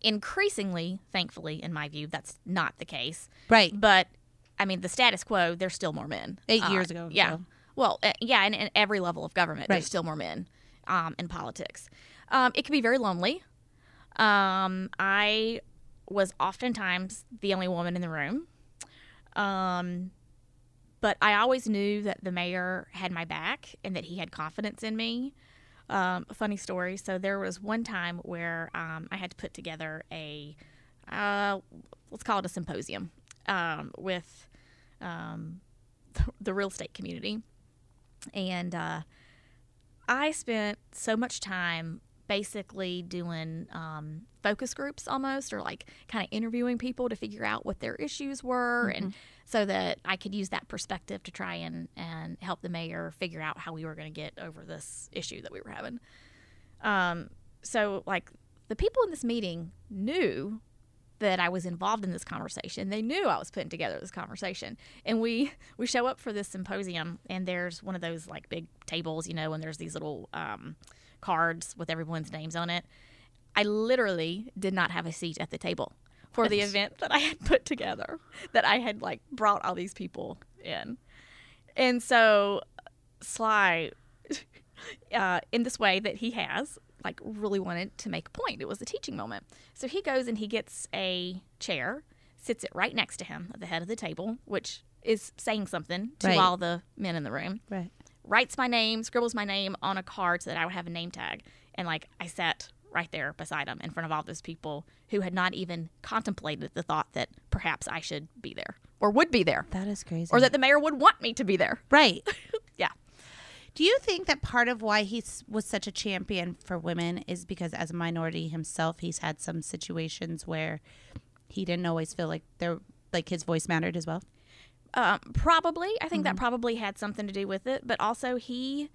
[SPEAKER 2] increasingly, thankfully, in my view, that's not the case.
[SPEAKER 1] Right.
[SPEAKER 2] But I mean, the status quo, there's still more men.
[SPEAKER 1] Eight
[SPEAKER 2] Uh,
[SPEAKER 1] years ago,
[SPEAKER 2] Yeah.
[SPEAKER 1] so.
[SPEAKER 2] Well, uh, yeah, and, and every level of government,
[SPEAKER 1] Right.
[SPEAKER 2] there's still more men um, in politics. Um, it can be very lonely. Um, I was oftentimes the only woman in the room. Um, but I always knew that the mayor had my back and that he had confidence in me. Um, funny story. So there was one time where um, I had to put together a, uh, let's call it a symposium, um, with um, the real estate community, and uh, I spent so much time basically doing um, focus groups almost, or like kind of interviewing people to figure out what their issues were, and so that I could use that perspective to try and and help the mayor figure out how we were going to get over this issue that we were having. Um, so like the people in this meeting knew that I was involved in this conversation. They knew I was putting together this conversation. And we we show up for this symposium and there's one of those like big tables, you know, and there's these little um, cards with everyone's names on it. I literally did not have a seat at the table for the event that I had put together, that I had like brought all these people in. And so Sly uh, in this way that he has like really wanted to make a point it was a teaching moment so he goes and he gets a chair sits it right next to him at the head of the table which is saying something to
[SPEAKER 1] Right.
[SPEAKER 2] all the men in the room
[SPEAKER 1] Right.
[SPEAKER 2] writes my name scribbles my name on a card so that i would have a name tag and like i sat right there beside him in front of all those people who had not even contemplated the thought that perhaps i should be there or would be there
[SPEAKER 1] That is crazy.
[SPEAKER 2] or that the mayor would want me to be there
[SPEAKER 1] right.
[SPEAKER 2] yeah
[SPEAKER 1] Do you think that part of why he s- was such a champion for women is because, as a minority himself, he's had some situations where he didn't always feel like there, like his voice mattered as well?
[SPEAKER 2] Um, probably. I think
[SPEAKER 1] Mm-hmm.
[SPEAKER 2] that probably had something to do with it. But also, he,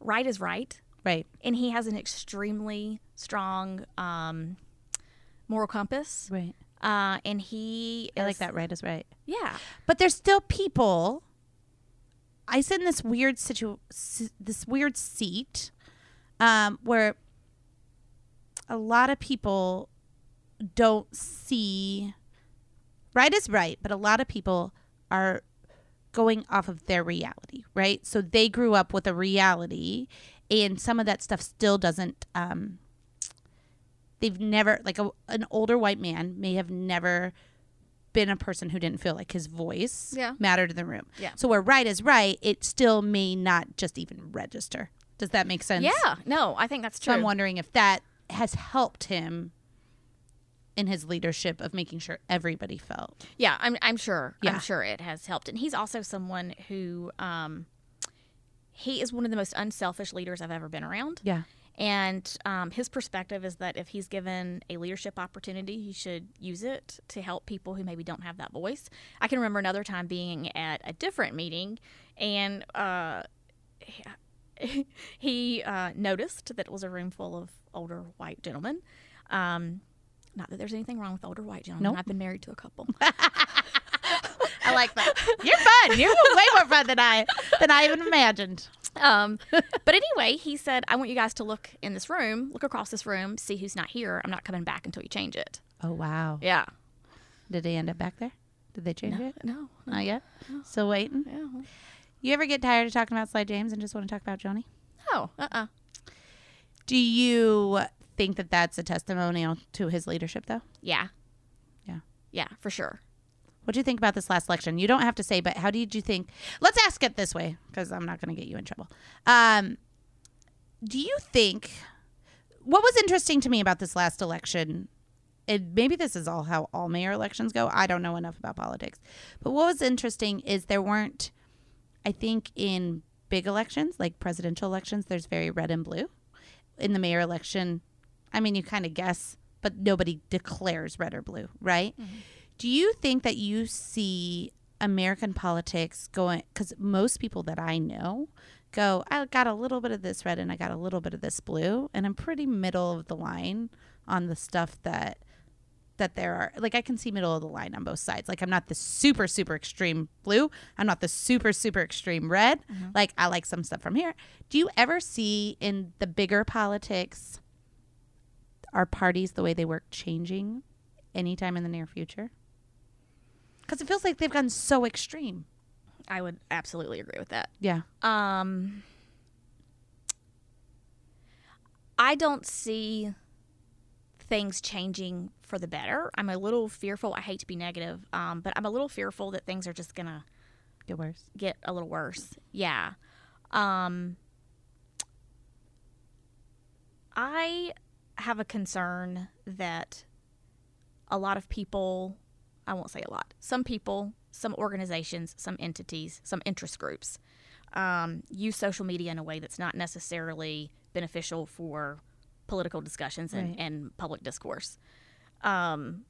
[SPEAKER 2] right is right.
[SPEAKER 1] Right.
[SPEAKER 2] And he has an extremely strong um, moral compass.
[SPEAKER 1] Right.
[SPEAKER 2] Uh, and he.
[SPEAKER 1] I
[SPEAKER 2] is-
[SPEAKER 1] like that. Right is right.
[SPEAKER 2] Yeah.
[SPEAKER 1] but there's still people i sit in this weird situ s- this weird seat um, where a lot of people don't see right is right but a lot of people are going off of their reality right so they grew up with a reality and some of that stuff still doesn't um, they've never like a, an older white man may have never been a person who didn't feel like his voice
[SPEAKER 2] Yeah.
[SPEAKER 1] mattered in the room
[SPEAKER 2] Yeah.
[SPEAKER 1] so where right is right it still may not just even register does that make sense
[SPEAKER 2] Yeah. No, I think that's
[SPEAKER 1] so
[SPEAKER 2] true.
[SPEAKER 1] i'm wondering if that has helped him in his leadership of making sure everybody felt
[SPEAKER 2] Yeah, I'm, I'm sure.
[SPEAKER 1] Yeah.
[SPEAKER 2] I'm sure it has helped. And he's also someone who. Um, he is one of the most unselfish leaders I've ever been around.
[SPEAKER 1] yeah
[SPEAKER 2] And um, his perspective is that if he's given a leadership opportunity, he should use it to help people who maybe don't have that voice. I can remember another time being at a different meeting, and uh, he uh, noticed that it was a room full of older white gentlemen. Um, not that there's anything wrong with older white gentlemen.
[SPEAKER 1] Nope.
[SPEAKER 2] I've been married to a couple.
[SPEAKER 1] i like that you're fun you're way more fun than i than i even imagined
[SPEAKER 2] Um, but anyway, he said, I want you guys to look in this room, look across this room, see who's not here. I'm not coming back until you change it.
[SPEAKER 1] oh wow
[SPEAKER 2] Yeah.
[SPEAKER 1] did they end up back there did they change it
[SPEAKER 2] No.
[SPEAKER 1] not yet still waiting
[SPEAKER 2] Yeah.
[SPEAKER 1] you ever get tired of talking about sly james and just want to talk about johnny
[SPEAKER 2] Oh, uh-uh.
[SPEAKER 1] do you think that that's a testimonial to his leadership though
[SPEAKER 2] Yeah.
[SPEAKER 1] Yeah.
[SPEAKER 2] Yeah, for sure.
[SPEAKER 1] What do you think about this last election? You don't have to say, but how did you think? Let's ask it this way because I'm not going to get you in trouble. Um, do you think what was interesting to me about this last election? And maybe this is all how all mayor elections go. I don't know enough about politics, but what was interesting is there weren't. I think in big elections, like presidential elections, there's very red and blue. In the mayor election, I mean, you kind of guess, but nobody declares red or blue, right? Do you think that you see American politics going? Because most people that I know go, I got a little bit of this red and I got a little bit of this blue, and I'm pretty middle of the line on the stuff that that there are like I can see middle of the line on both sides. Like I'm not the super super extreme blue. I'm not the super super extreme red. Like I like some stuff from here. Do you ever see in the bigger politics our parties the way they work changing anytime in the near future? Cuz it feels like they've gotten so extreme.
[SPEAKER 2] I would absolutely agree with that.
[SPEAKER 1] Yeah.
[SPEAKER 2] Um, I don't see things changing for the better. I'm a little fearful. I hate to be negative, um, but I'm a little fearful that things are just going to
[SPEAKER 1] Get worse.
[SPEAKER 2] get a little worse. Yeah. Um I have a concern that a lot of people, I won't say a lot, some people, some organizations, some entities, some interest groups um, use social media in a way that's not necessarily beneficial for political discussions and,
[SPEAKER 1] Right.
[SPEAKER 2] and public discourse. Um,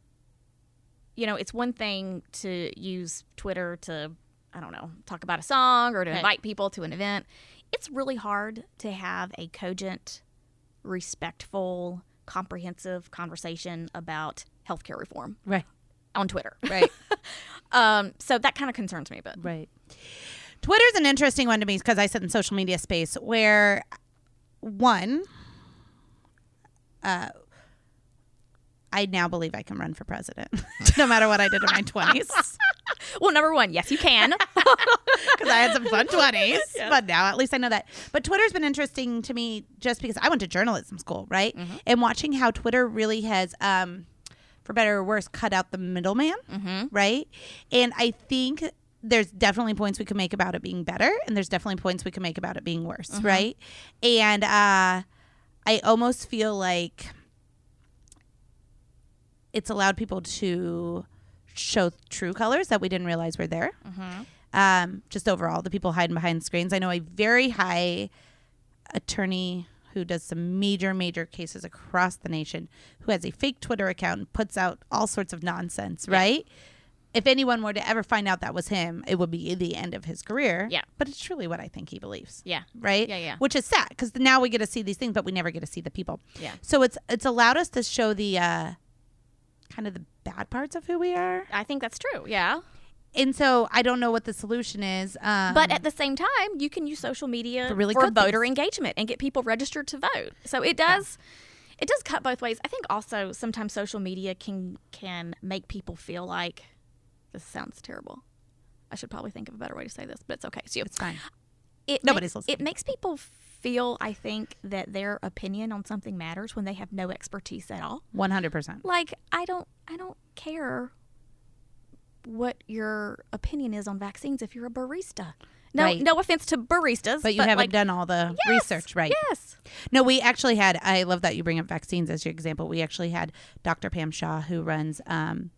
[SPEAKER 2] you know, it's one thing to use Twitter to, I don't know, talk about a song or to
[SPEAKER 1] Right.
[SPEAKER 2] invite people to an event. It's really hard to have a cogent, respectful, comprehensive conversation about healthcare reform
[SPEAKER 1] Right.
[SPEAKER 2] on Twitter.
[SPEAKER 1] Right.
[SPEAKER 2] Um, so that kind of concerns me a bit.
[SPEAKER 1] Right. Twitter's an interesting one to me because I sit in social media space where one, uh, I now believe I can run for president, no matter what I did in my twenties, because
[SPEAKER 2] Well, number one, yes, you can.
[SPEAKER 1] I had some fun twenties.
[SPEAKER 2] Yes.
[SPEAKER 1] But now at least I know that. But Twitter's been interesting to me just because I went to journalism school, right? And watching how Twitter really has, um, for better or worse, cut out the middleman
[SPEAKER 2] mm-hmm.
[SPEAKER 1] right? And I think there's definitely points we can make about it being better, and there's definitely points we can make about it being worse, right? And uh, I almost feel like it's allowed people to show true colors that we didn't realize were there. Um, just overall, the people hiding behind screens. I know a very high attorney who does some major, major cases across the nation who has a fake Twitter account and puts out all sorts of nonsense, right? If anyone were to ever find out that was him, it would be the end of his career.
[SPEAKER 2] Yeah.
[SPEAKER 1] But it's truly what I think he believes
[SPEAKER 2] Yeah.
[SPEAKER 1] right?
[SPEAKER 2] Yeah, yeah.
[SPEAKER 1] Which is sad because now we get to see these things, but we never get to see the people.
[SPEAKER 2] Yeah.
[SPEAKER 1] So it's it's allowed us to show the uh, kind of the bad parts of who we are,
[SPEAKER 2] I think that's true. Yeah.
[SPEAKER 1] and so I don't know what the solution is. Um,
[SPEAKER 2] But at the same time, you can use social media
[SPEAKER 1] For really
[SPEAKER 2] for
[SPEAKER 1] good
[SPEAKER 2] voter engagement and get people registered to vote. So it does it does cut both ways. I think also sometimes social media can can make people feel like this sounds terrible. I should probably think of a better way to say this, but it's okay. It's you.
[SPEAKER 1] it's fine.
[SPEAKER 2] It
[SPEAKER 1] Nobody's
[SPEAKER 2] makes,
[SPEAKER 1] listening.
[SPEAKER 2] It makes people feel, I think, that their opinion on something matters when they have no expertise at all
[SPEAKER 1] One hundred percent.
[SPEAKER 2] like i don't i don't care what your opinion is on vaccines if you're a barista no
[SPEAKER 1] Right.
[SPEAKER 2] no offense to baristas
[SPEAKER 1] But you haven't
[SPEAKER 2] like,
[SPEAKER 1] done all the
[SPEAKER 2] yes,
[SPEAKER 1] research, right?
[SPEAKER 2] yes
[SPEAKER 1] No, we actually had. I love that you bring up vaccines as your example. We actually had Dr. Pam Shaw, who runs um,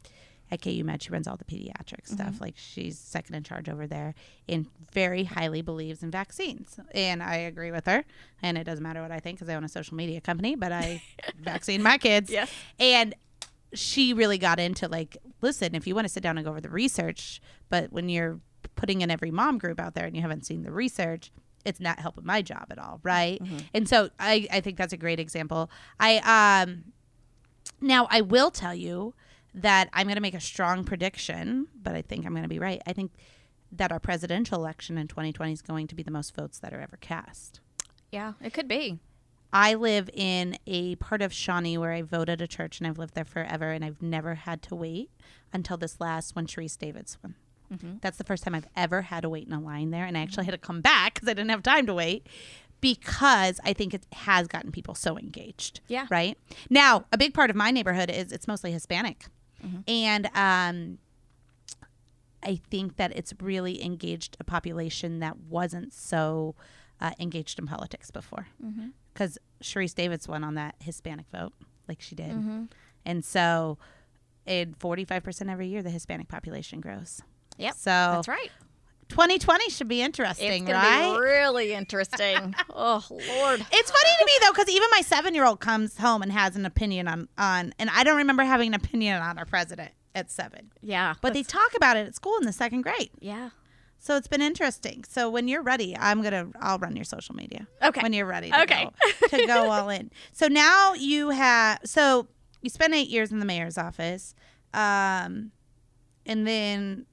[SPEAKER 1] at KU Med. She runs all the pediatric stuff. Like she's second in charge over there, and very highly believes in vaccines. And I agree with her. And it doesn't matter what I think because I own a social media company, but I vaccine my kids.
[SPEAKER 2] Yes.
[SPEAKER 1] And she really got into like, listen, if you want to sit down and go over the research, but when you're putting in every mom group out there and you haven't seen the research, it's not helping my job at all, right? And so I, I think that's a great example. I um now I will tell you that I'm gonna make a strong prediction, but I think I'm gonna be right. I think that our presidential election in 2020 is going to be the most votes that are ever cast.
[SPEAKER 2] yeah it could be
[SPEAKER 1] I live in a part of Shawnee where I vote at a church and I've lived there forever and I've never had to wait until this last one, Sharice Davids one. That's the first time I've ever had to wait in a line there. And I actually had to come back because I didn't have time to wait because I think it has gotten people so engaged.
[SPEAKER 2] Yeah.
[SPEAKER 1] Right. Now, a big part of my neighborhood is it's mostly Hispanic. And, um, I think that it's really engaged a population that wasn't so uh, engaged in politics before. Because Sharice Davids won on that Hispanic vote, like she did.
[SPEAKER 2] Mm-hmm.
[SPEAKER 1] And so, in 45% every year, the Hispanic population grows.
[SPEAKER 2] Yep,
[SPEAKER 1] So,
[SPEAKER 2] that's right
[SPEAKER 1] 2020 should be
[SPEAKER 2] it's
[SPEAKER 1] interesting,
[SPEAKER 2] gonna
[SPEAKER 1] right?
[SPEAKER 2] be really interesting oh lord
[SPEAKER 1] It's funny to me though, because even my seven-year-old comes home and has an opinion on on, and I don't remember having an opinion on our president at seven.
[SPEAKER 2] yeah
[SPEAKER 1] But they talk about it at school in the second grade,
[SPEAKER 2] yeah
[SPEAKER 1] so it's been interesting. So when you're ready, I'm gonna I'll run your social media.
[SPEAKER 2] Okay.
[SPEAKER 1] When you're ready. To
[SPEAKER 2] Okay.
[SPEAKER 1] Go, to go all in. So now you have so you spent eight years in the mayor's office, um, and then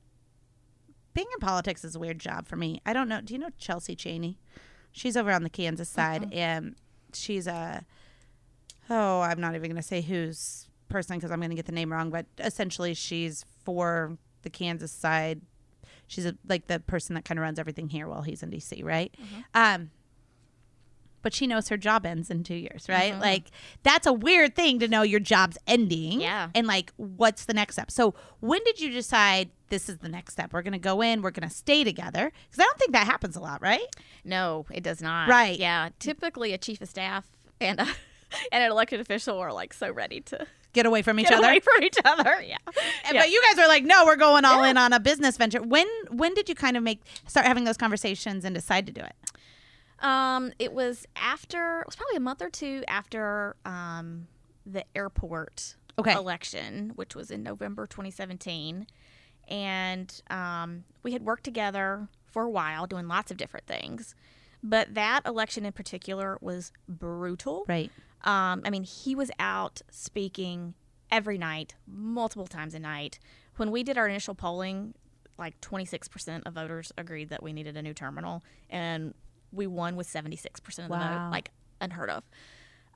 [SPEAKER 1] being in politics is a weird job for me. I don't know. Do you know Chelsea Cheney? She's over on the Kansas side,
[SPEAKER 2] Uh-huh.
[SPEAKER 1] and she's a oh, I'm not even going to say who's person because I'm going to get the name wrong, but essentially she's for the Kansas side. She's a, like the person that kind of runs everything here while he's in DC, right?
[SPEAKER 2] Mm-hmm.
[SPEAKER 1] Um, but she knows her job ends in two years, right?
[SPEAKER 2] Mm-hmm.
[SPEAKER 1] Like that's a weird thing to know your job's ending.
[SPEAKER 2] Yeah.
[SPEAKER 1] And like, what's the next step? So when did you decide this is the next step? We're going to go in, we're going to stay together? Because I don't think that happens a lot, right?
[SPEAKER 2] No, it does not.
[SPEAKER 1] Right.
[SPEAKER 2] Yeah. Typically, a chief of staff and a, and an elected official are like so ready to
[SPEAKER 1] Get away from each
[SPEAKER 2] get
[SPEAKER 1] other.
[SPEAKER 2] away from each other. Yeah.
[SPEAKER 1] And-
[SPEAKER 2] yeah.
[SPEAKER 1] But you guys are like, no, we're going all in on a business venture. When when did you kind of make start having those conversations and decide to do it?
[SPEAKER 2] Um, it was after it was probably a month or two after um, the airport
[SPEAKER 1] Okay.
[SPEAKER 2] election, which was in November 2017, and um, we had worked together for a while doing lots of different things, but that election in particular was brutal.
[SPEAKER 1] Right.
[SPEAKER 2] Um, I mean, he was out speaking every night, multiple times a night. When we did our initial polling, like 26% of voters agreed that we needed a new terminal, and we won with 76% of the
[SPEAKER 1] Wow.
[SPEAKER 2] vote, like unheard of.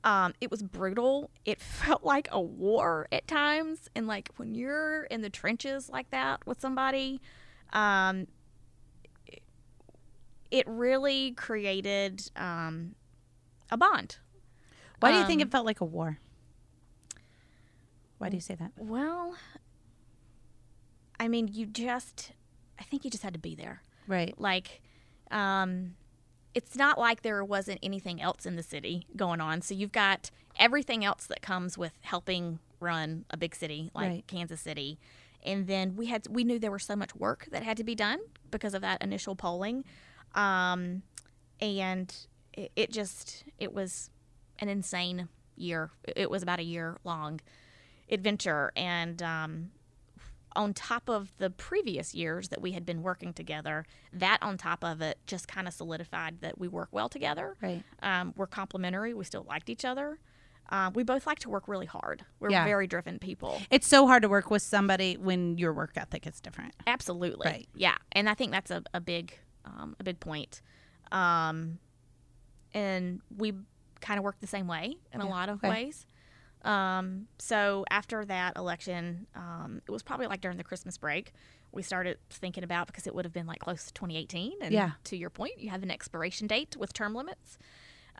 [SPEAKER 2] Um, it was brutal. It felt like a war at times. And like when you're in the trenches like that with somebody, um, it really created um, a bond.
[SPEAKER 1] Why do you think
[SPEAKER 2] Um,
[SPEAKER 1] it felt like a war? Why do you say that?
[SPEAKER 2] Well, I mean, you just, I think you just had to be there.
[SPEAKER 1] Right.
[SPEAKER 2] Like, um, it's not like there wasn't anything else in the city going on. So you've got everything else that comes with helping run a big city like
[SPEAKER 1] Right.
[SPEAKER 2] Kansas City. And then we had we knew there was so much work that had to be done because of that initial polling, um, and it, it just it was an insane year. It was about a year long adventure, and um, on top of the previous years that we had been working together, that on top of it just kind of solidified that we work well together.
[SPEAKER 1] Right.
[SPEAKER 2] Um, we're complementary. We still liked each other. Um, we both like to work really hard. We're
[SPEAKER 1] Yeah.
[SPEAKER 2] very driven people.
[SPEAKER 1] It's so hard to work with somebody when your work ethic is different.
[SPEAKER 2] Absolutely.
[SPEAKER 1] Right.
[SPEAKER 2] Yeah. And I think that's a, a big um, a big point. Um, and we kind of work the same way in a lot of
[SPEAKER 1] okay.
[SPEAKER 2] ways. Um, so after that election, um, it was probably like during the Christmas break, we started thinking about because it would have been like close to 2018. And
[SPEAKER 1] Yeah.
[SPEAKER 2] to your point, you have an expiration date with term limits.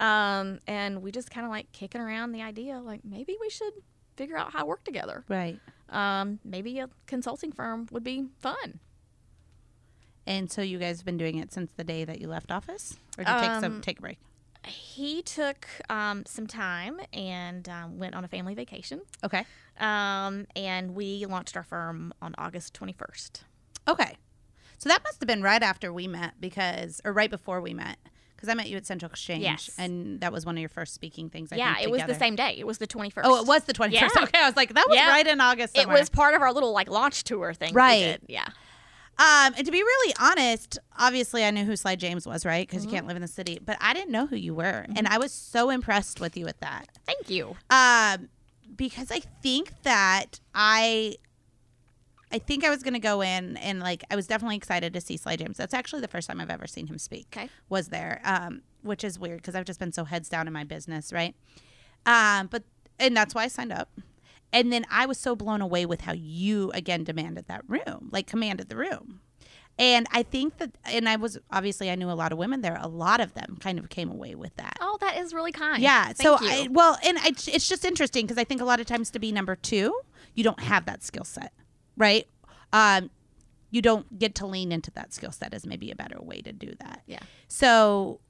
[SPEAKER 2] Um, and we just kind of like kicking around the idea like maybe we should figure out how to work together.
[SPEAKER 1] Right.
[SPEAKER 2] Um, maybe a consulting firm would be fun.
[SPEAKER 1] And so you guys have been doing it since the day that you left office, or did you take some
[SPEAKER 2] Um,
[SPEAKER 1] take a break?
[SPEAKER 2] he took um, some time and um, went on a family vacation.
[SPEAKER 1] Okay.
[SPEAKER 2] Um, and we launched our firm on August 21st.
[SPEAKER 1] Okay. So that must have been right after we met, because or right before we met, because I met you at Central Exchange,
[SPEAKER 2] Yes.
[SPEAKER 1] and that was one of your first speaking things. I
[SPEAKER 2] yeah,
[SPEAKER 1] think,
[SPEAKER 2] it was the
[SPEAKER 1] together.
[SPEAKER 2] same day. It was the 21st.
[SPEAKER 1] Oh, it was the twenty first.
[SPEAKER 2] Yeah.
[SPEAKER 1] Okay, I was like, that was
[SPEAKER 2] Yeah.
[SPEAKER 1] right in August.
[SPEAKER 2] It
[SPEAKER 1] Somewhere.
[SPEAKER 2] was part of our little like launch tour thing. we
[SPEAKER 1] Right.
[SPEAKER 2] did. Yeah.
[SPEAKER 1] Um, and to be really honest, obviously I knew who Sly James was, right? Because
[SPEAKER 2] Mm-hmm.
[SPEAKER 1] you can't live in the city, but I didn't know who you were, and I was so impressed with you at that.
[SPEAKER 2] Thank you.
[SPEAKER 1] Um, because I think that I, I think I was gonna go in and like I was definitely excited to see Sly James. That's actually the first time I've ever seen him speak.
[SPEAKER 2] Okay.
[SPEAKER 1] Was there? Um, which is weird because I've just been so heads down in my business, right? Um, but and that's why I signed up. And then I was so blown away with how you again demanded that room, like commanded the room. And I think that, and I was obviously I knew a lot of women there. A lot of them kind of came away with that.
[SPEAKER 2] Oh, that is really kind.
[SPEAKER 1] Yeah.
[SPEAKER 2] Thank
[SPEAKER 1] So,
[SPEAKER 2] you.
[SPEAKER 1] I, well, and I, it's just interesting because I think a lot of times to be number two, you don't have that skill set, right? Um, you don't get to lean into that skill set is maybe a better way to do that.
[SPEAKER 2] yeah.
[SPEAKER 1] So,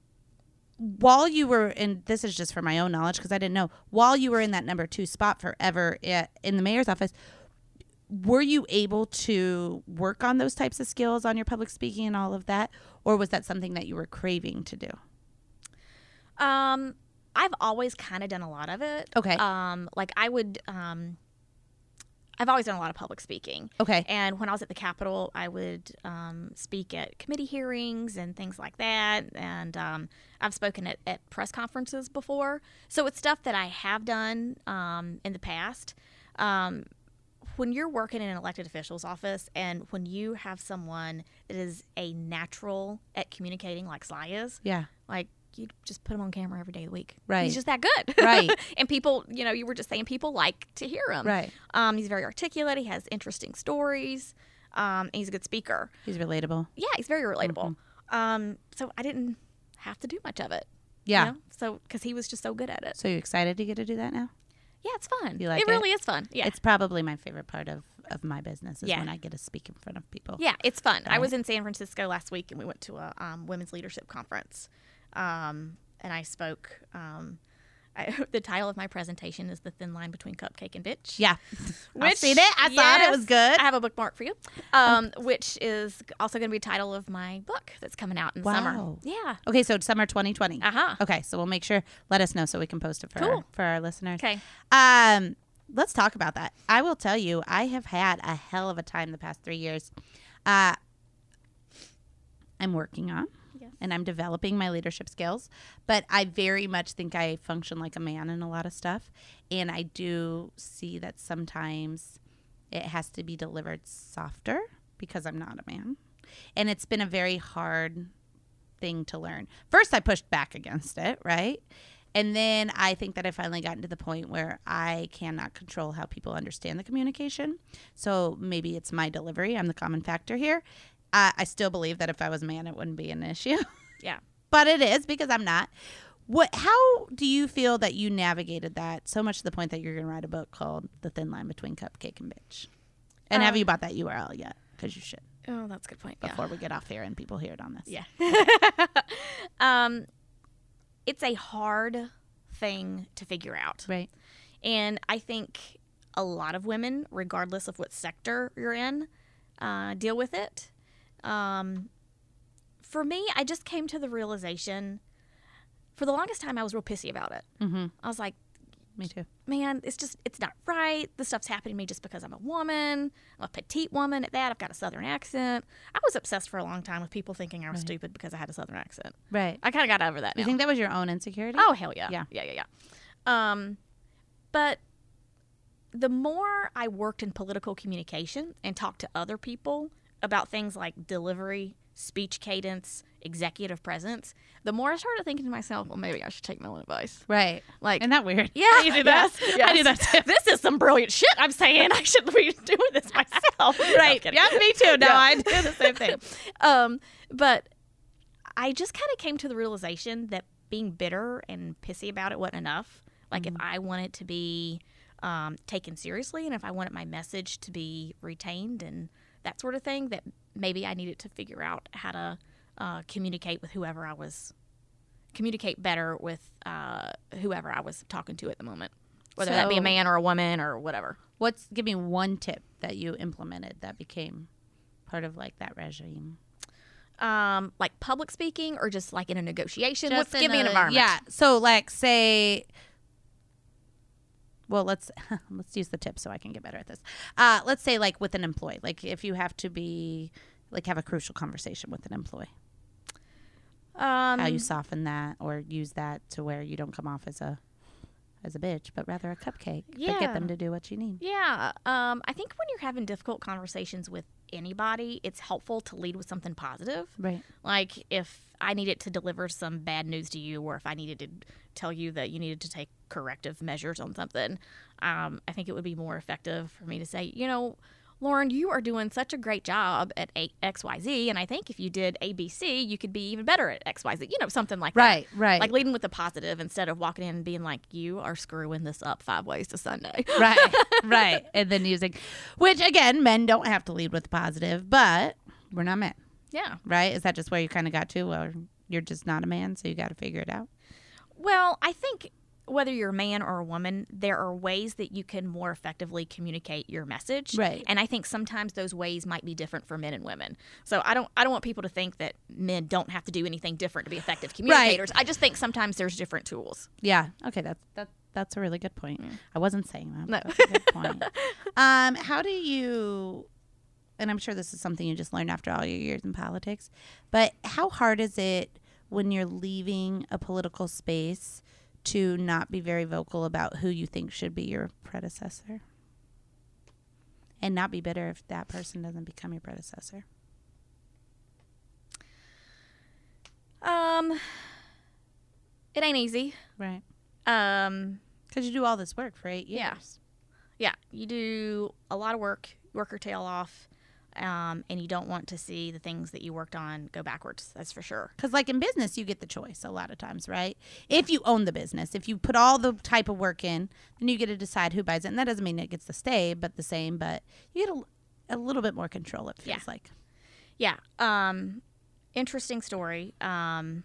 [SPEAKER 1] while you were in, this is just for my own knowledge because I didn't know. While you were in that number two spot forever at, in the mayor's office, were you able to work on those types of skills on your public speaking and all of that, or was that something that you were craving to do?
[SPEAKER 2] Um, I've always kind of done a lot of it.
[SPEAKER 1] Okay.
[SPEAKER 2] Um, like I would, um, I've always done a lot of public speaking.
[SPEAKER 1] Okay.
[SPEAKER 2] And when I was at the Capitol, I would um, speak at committee hearings and things like that. And um, I've spoken at, at press conferences before. So it's stuff that I have done um, in the past. Um, when you're working in an elected official's office and when you have someone that is a natural at communicating like Sly is,
[SPEAKER 1] Yeah.
[SPEAKER 2] like you just put him on camera every day of the week.
[SPEAKER 1] Right.
[SPEAKER 2] He's just that good.
[SPEAKER 1] Right.
[SPEAKER 2] and people, you know, you were just saying people like to hear him.
[SPEAKER 1] Right.
[SPEAKER 2] Um, he's very articulate. He has interesting stories. Um, and he's a good speaker.
[SPEAKER 1] He's relatable.
[SPEAKER 2] Yeah, he's very relatable.
[SPEAKER 1] Mm-hmm.
[SPEAKER 2] Um, so I didn't have to do much of it. you
[SPEAKER 1] Yeah.
[SPEAKER 2] know? So because he was just so good at it.
[SPEAKER 1] So you excited to get to do that now?
[SPEAKER 2] Yeah, it's fun.
[SPEAKER 1] You like
[SPEAKER 2] it really is fun. Yeah.
[SPEAKER 1] It's probably my favorite part of, of my business is
[SPEAKER 2] Yeah.
[SPEAKER 1] when I get to speak in front of people.
[SPEAKER 2] Yeah, it's fun. I was in San Francisco last week, and we went to a um, women's leadership conference, um, and I spoke. Um, I, the title of my presentation is "The Thin Line Between Cupcake and Bitch."
[SPEAKER 1] Yeah. I've
[SPEAKER 2] Which-
[SPEAKER 1] seen it. I thought it was good.
[SPEAKER 2] I have a bookmark for you, um, which is also going to be the title of my book that's coming out in the summer.
[SPEAKER 1] Wow.
[SPEAKER 2] Yeah.
[SPEAKER 1] Okay, so it's summer 2020.
[SPEAKER 2] Uh huh.
[SPEAKER 1] Okay, so we'll make sure let us know so we can post it for our,
[SPEAKER 2] Cool.
[SPEAKER 1] for our listeners.
[SPEAKER 2] Okay.
[SPEAKER 1] Um, let's talk about that. I will tell you, I have had a hell of a time the past three years. Uh, I'm working on.
[SPEAKER 2] Yes.
[SPEAKER 1] And I'm developing my leadership skills, but I very much think I function like a man in a lot of stuff, and I do see that sometimes it has to be delivered softer because I'm not a man, and it's been a very hard thing to learn. First, I pushed back against it, right? And then I think that I finally gotten to the point where I cannot control how people understand the communication. So maybe it's my delivery. I'm the common factor here. I, I still believe that if I was a man, it wouldn't be an issue,
[SPEAKER 2] Yeah.
[SPEAKER 1] but it is because I'm not. What? How do you feel that you navigated that so much to the point that you're going to write a book called "The Thin Line Between Cupcake and Bitch"? And have
[SPEAKER 2] Um,
[SPEAKER 1] you bought that URL yet? Because you should
[SPEAKER 2] Oh, that's a good point. Yeah.
[SPEAKER 1] before we get off here and people hear it on this.
[SPEAKER 2] Yeah. um, it's a hard thing to figure out.
[SPEAKER 1] Right.
[SPEAKER 2] And I think a lot of women, regardless of what sector you're in, uh, deal with it. Um, for me, I just came to the realization for the longest time I was real pissy about it.
[SPEAKER 1] Mm-hmm.
[SPEAKER 2] I was like,
[SPEAKER 1] Me too.
[SPEAKER 2] man, it's just, it's not right. This stuff's happening to me just because I'm a woman. I'm a petite woman at that. I've got a southern accent. I was obsessed for a long time with people thinking I was
[SPEAKER 1] Right.
[SPEAKER 2] stupid because I had a southern accent.
[SPEAKER 1] Right.
[SPEAKER 2] I kind of got over that now.
[SPEAKER 1] You think that was your own insecurity?
[SPEAKER 2] Oh hell yeah.
[SPEAKER 1] Yeah.
[SPEAKER 2] Yeah, yeah, yeah. Um but the more I worked in political communication and talked to other people about things like delivery, speech cadence, executive presence, the more I started thinking to myself, well maybe I should take my own advice.
[SPEAKER 1] Right.
[SPEAKER 2] Like
[SPEAKER 1] Isn't that weird?
[SPEAKER 2] yeah,
[SPEAKER 1] You do
[SPEAKER 2] yeah,
[SPEAKER 1] that? I do that
[SPEAKER 2] yes. This is some brilliant shit I'm saying. I should be doing this myself.
[SPEAKER 1] Right.
[SPEAKER 2] No, I'm kidding.
[SPEAKER 1] yeah, me too. No,
[SPEAKER 2] Yeah.
[SPEAKER 1] I do the same thing.
[SPEAKER 2] um, but I just kind of came to the realization that being bitter and pissy about it wasn't enough. Like if
[SPEAKER 1] Mm-hmm.
[SPEAKER 2] I wanted to be um, taken seriously, and if I wanted my message to be retained and that sort of thing, that maybe I needed to figure out how to uh, communicate with whoever I was, communicate better with uh, whoever I was talking to at the moment, whether that be
[SPEAKER 1] So-
[SPEAKER 2] a man or a woman or whatever.
[SPEAKER 1] What's give me one tip that you implemented that became part of like that regime?
[SPEAKER 2] Um, like public speaking or just like in a negotiation.
[SPEAKER 1] Just
[SPEAKER 2] What's
[SPEAKER 1] in
[SPEAKER 2] give me an
[SPEAKER 1] a-
[SPEAKER 2] environment?
[SPEAKER 1] Yeah. So like say well let's let's use the tip so I can get better at this. Uh, let's say like with an employee. Like if you have to be like have a crucial conversation with an employee.
[SPEAKER 2] Um,
[SPEAKER 1] How you soften that or use that to where you don't come off as a as a bitch, but rather a cupcake. But get
[SPEAKER 2] Yeah.
[SPEAKER 1] them to do what you need.
[SPEAKER 2] Yeah. Um, I think when you're having difficult conversations with anybody, it's helpful to lead with something positive.
[SPEAKER 1] Right.
[SPEAKER 2] Like if I needed to deliver some bad news to you, or if I needed to tell you that you needed to take corrective measures on something, um, I think it would be more effective for me to say, you know, Lauren, you are doing such a great job at A- XYZ. And I think if you did ABC, you could be even better at XYZ, you know, something like that.
[SPEAKER 1] Right, right.
[SPEAKER 2] Like leading with the positive instead of walking in and being like, you are screwing this up five ways to Sunday.
[SPEAKER 1] right, right. And then using, which again, men don't have to lead with positive, but we're not men,
[SPEAKER 2] Yeah.
[SPEAKER 1] right? Is that just where you kind of got to? Or you're just not a man, so you got to figure it out?
[SPEAKER 2] Well, I think whether you're a man or a woman, there are ways that you can more effectively communicate your message.
[SPEAKER 1] Right.
[SPEAKER 2] And I think sometimes those ways might be different for men and women. So I don't I don't want people to think that men don't have to do anything different to be effective communicators. I just think sometimes there's different tools.
[SPEAKER 1] Yeah. Okay. That's that. That's a really good point.
[SPEAKER 2] Mm.
[SPEAKER 1] I wasn't saying that.
[SPEAKER 2] No.
[SPEAKER 1] but That's a good point. um, how do you? And I'm sure this is something you just learned after all your years in politics, but how hard is it when you're leaving a political space to not be very vocal about who you think should be your predecessor? And not be bitter if that person doesn't become your predecessor.
[SPEAKER 2] Um, it ain't easy.
[SPEAKER 1] Right.
[SPEAKER 2] Um,
[SPEAKER 1] Because you do all this work for eight years.
[SPEAKER 2] Yeah. yeah, you do a lot of work, you work your tail off, um, and you don't want to see the things that you worked on go backwards. That's for sure.
[SPEAKER 1] Because, like in business, you get the choice a lot of times, right? If you own the business, if you put all the type of work in, then you get to decide who buys it. And that doesn't mean it gets to stay, but the same, but you get a, a little bit more control, it feels
[SPEAKER 2] Yeah.
[SPEAKER 1] like.
[SPEAKER 2] Yeah. Um, interesting story. Um,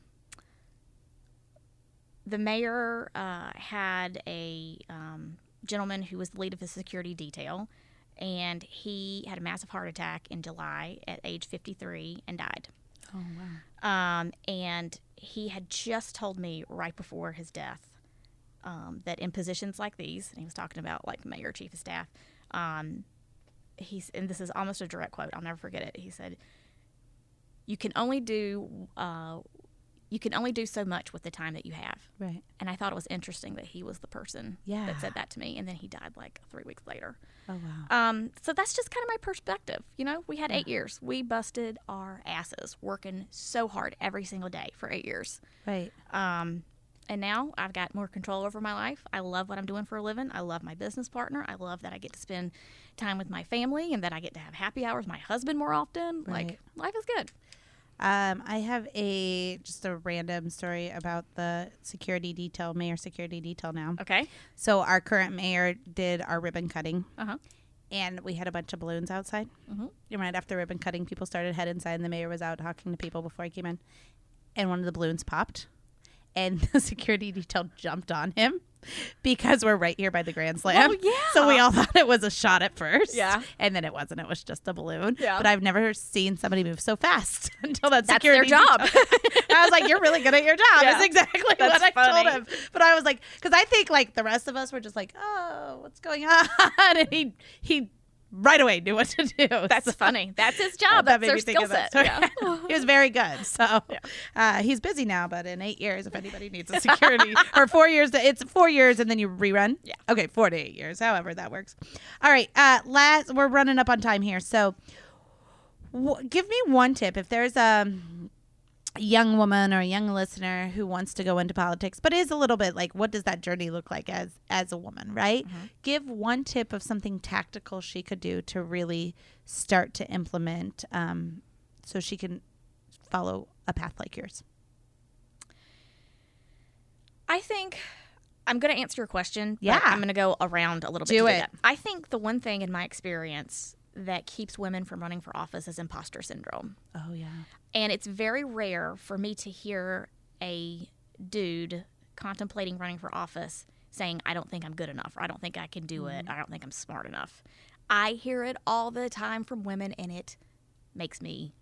[SPEAKER 2] the mayor uh, had a um, gentleman who was the lead of the security detail, and he had a massive heart attack in July at age 53 and died.
[SPEAKER 1] Oh, wow.
[SPEAKER 2] Um, and he had just told me right before his death um, that in positions like these, and he was talking about like mayor, chief of staff, um, he's, and this is almost a direct quote, I'll never forget it. He said, You can only do, uh, you can only do so much with the time that you have.
[SPEAKER 1] Right.
[SPEAKER 2] And I thought it was interesting that he was the person
[SPEAKER 1] Yeah.
[SPEAKER 2] that said that to me. And then he died like three weeks later.
[SPEAKER 1] Oh, wow.
[SPEAKER 2] Um, so that's just kind of my perspective. You know, we had eight years. We busted our asses working so hard every single day for eight years.
[SPEAKER 1] Right.
[SPEAKER 2] Um, and now I've got more control over my life. I love what I'm doing for a living. I love my business partner. I love that I get to spend time with my family and that I get to have happy hours with my husband more often. Like,
[SPEAKER 1] Right.
[SPEAKER 2] life is good.
[SPEAKER 1] Um, I have a just a random story about the security detail, mayor security detail now.
[SPEAKER 2] Okay.
[SPEAKER 1] So, our current mayor did our ribbon cutting,
[SPEAKER 2] Uh huh.
[SPEAKER 1] and we had a bunch of balloons outside.
[SPEAKER 2] Mhm.
[SPEAKER 1] And right after ribbon cutting, people started head inside, and the mayor was out talking to people before he came in. And one of the balloons popped, and the security detail jumped on him because we're right here by the Grand Slam.
[SPEAKER 2] Oh, yeah.
[SPEAKER 1] So we all thought it was a shot at first.
[SPEAKER 2] Yeah.
[SPEAKER 1] And then it wasn't. It was just a balloon.
[SPEAKER 2] Yeah.
[SPEAKER 1] But I've never seen somebody move so fast until that
[SPEAKER 2] That's
[SPEAKER 1] security
[SPEAKER 2] their job.
[SPEAKER 1] detail- I was like, you're really good at your job.
[SPEAKER 2] Yeah.
[SPEAKER 1] That's exactly
[SPEAKER 2] That's
[SPEAKER 1] what I
[SPEAKER 2] funny.
[SPEAKER 1] told him. But I was like, because I think like the rest of us were just like, oh, what's going on? And he he right away knew what to do.
[SPEAKER 2] That's
[SPEAKER 1] So
[SPEAKER 2] funny. That's his job.
[SPEAKER 1] that
[SPEAKER 2] That's
[SPEAKER 1] made
[SPEAKER 2] their
[SPEAKER 1] me think
[SPEAKER 2] skill
[SPEAKER 1] of that
[SPEAKER 2] set.
[SPEAKER 1] story.
[SPEAKER 2] Yeah.
[SPEAKER 1] he was very good. So uh, he's busy now, but in eight years, if anybody needs a security or four years, it's four years and then you rerun.
[SPEAKER 2] Yeah.
[SPEAKER 1] Okay, four to eight years, however that works. All right. Uh, last, we're running up on time here. So w- give me one tip if there's um, a young woman or a young listener who wants to go into politics but is a little bit like what does that journey look like as as a woman right give one tip of something tactical she could do to really start to implement um, so she can follow a path like yours
[SPEAKER 2] I think I'm going to answer your question. but
[SPEAKER 1] Yeah.
[SPEAKER 2] I'm going to go around a little bit.
[SPEAKER 1] Do
[SPEAKER 2] to
[SPEAKER 1] it.
[SPEAKER 2] that. I think the one thing in my experience that keeps women from running for office is imposter syndrome.
[SPEAKER 1] oh yeah
[SPEAKER 2] And it's very rare for me to hear a dude contemplating running for office saying, I don't think I'm good enough, or I don't think I can do it, I don't think I'm smart enough. I hear it all the time from women, and it makes me,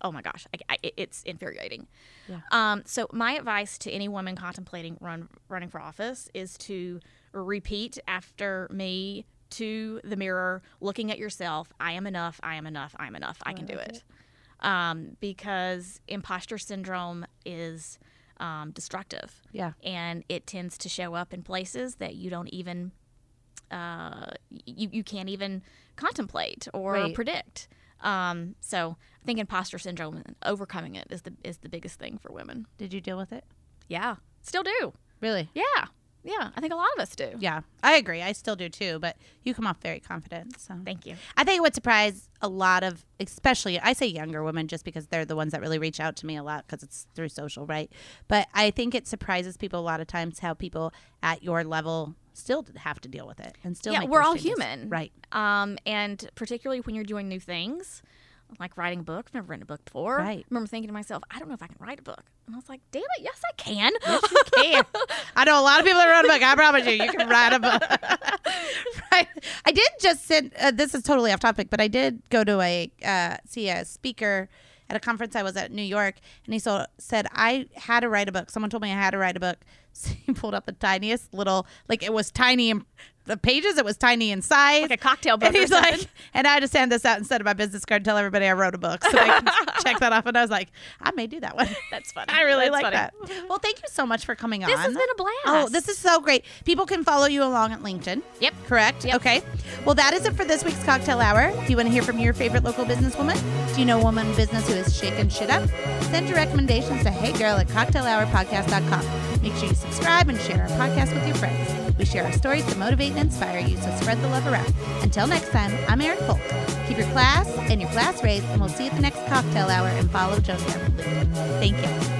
[SPEAKER 2] oh my gosh, I, I- it- it's infuriating.
[SPEAKER 1] Yeah.
[SPEAKER 2] Um, so, my advice to any woman contemplating run, running for office is to repeat after me to the mirror, looking at yourself I am enough, I am enough, I am enough, I can do it um, because imposter syndrome is um, destructive
[SPEAKER 1] yeah
[SPEAKER 2] and it tends to show up in places that you don't even uh, you, you can't even contemplate or
[SPEAKER 1] Right.
[SPEAKER 2] predict um, so i think imposter syndrome and overcoming it is the is the biggest thing for women
[SPEAKER 1] did you deal with it
[SPEAKER 2] yeah still do
[SPEAKER 1] really
[SPEAKER 2] yeah yeah i think a lot of us do
[SPEAKER 1] yeah i agree i still do too but you come off very confident so
[SPEAKER 2] thank you
[SPEAKER 1] I think it would surprise a lot of, especially I say younger women, just because they're the ones that really reach out to me a lot because it's through social, right? But I think it surprises people a lot of times how people at your level still have to deal with it and still.
[SPEAKER 2] Yeah,
[SPEAKER 1] make
[SPEAKER 2] we're
[SPEAKER 1] those
[SPEAKER 2] all
[SPEAKER 1] changes.
[SPEAKER 2] human.
[SPEAKER 1] right?
[SPEAKER 2] Um, and particularly when you're doing new things, like writing a book. I've never written a book before.
[SPEAKER 1] Right.
[SPEAKER 2] I remember thinking to myself, I don't know if I can write a book. And I was like, damn it, yes, I can.
[SPEAKER 1] Damn. I know a lot of people that wrote a book. I promise you, you can write a book. right? I did just send. Uh, this is totally off topic, but I did go to a uh, see a speaker at a conference I was at in New York, and he so, said I had to write a book. Someone told me I had to write a book, So he pulled up the tiniest little, like it was tiny in the pages, it was tiny in size.
[SPEAKER 2] Like a cocktail book.
[SPEAKER 1] and
[SPEAKER 2] or
[SPEAKER 1] he's
[SPEAKER 2] something.
[SPEAKER 1] like, and I just hand this out instead of my business card and tell everybody I wrote a book. So they can check that off. And I was like, I may do that one.
[SPEAKER 2] that's funny.
[SPEAKER 1] I really
[SPEAKER 2] That's
[SPEAKER 1] like
[SPEAKER 2] funny.
[SPEAKER 1] that. Well, thank you so much for coming on.
[SPEAKER 2] This has been a blast.
[SPEAKER 1] Oh, this is so great. People can follow you along at LinkedIn.
[SPEAKER 2] Yep.
[SPEAKER 1] Correct?
[SPEAKER 2] Yep.
[SPEAKER 1] Okay. Well, that is it for this week's Cocktail Hour. Do you want to hear from your favorite local businesswoman? Do you know a woman in business who is shaking shit up? Send your recommendations to heygirl at cocktailhourpodcast.com. Make sure you subscribe and share our podcast with your friends. We share our stories to motivate and inspire you, so spread the love around. Until next time, I'm Erin Folk. Keep your class and your class raised, and we'll see you at the next Cocktail Hour and follow Joan Everly. Thank you.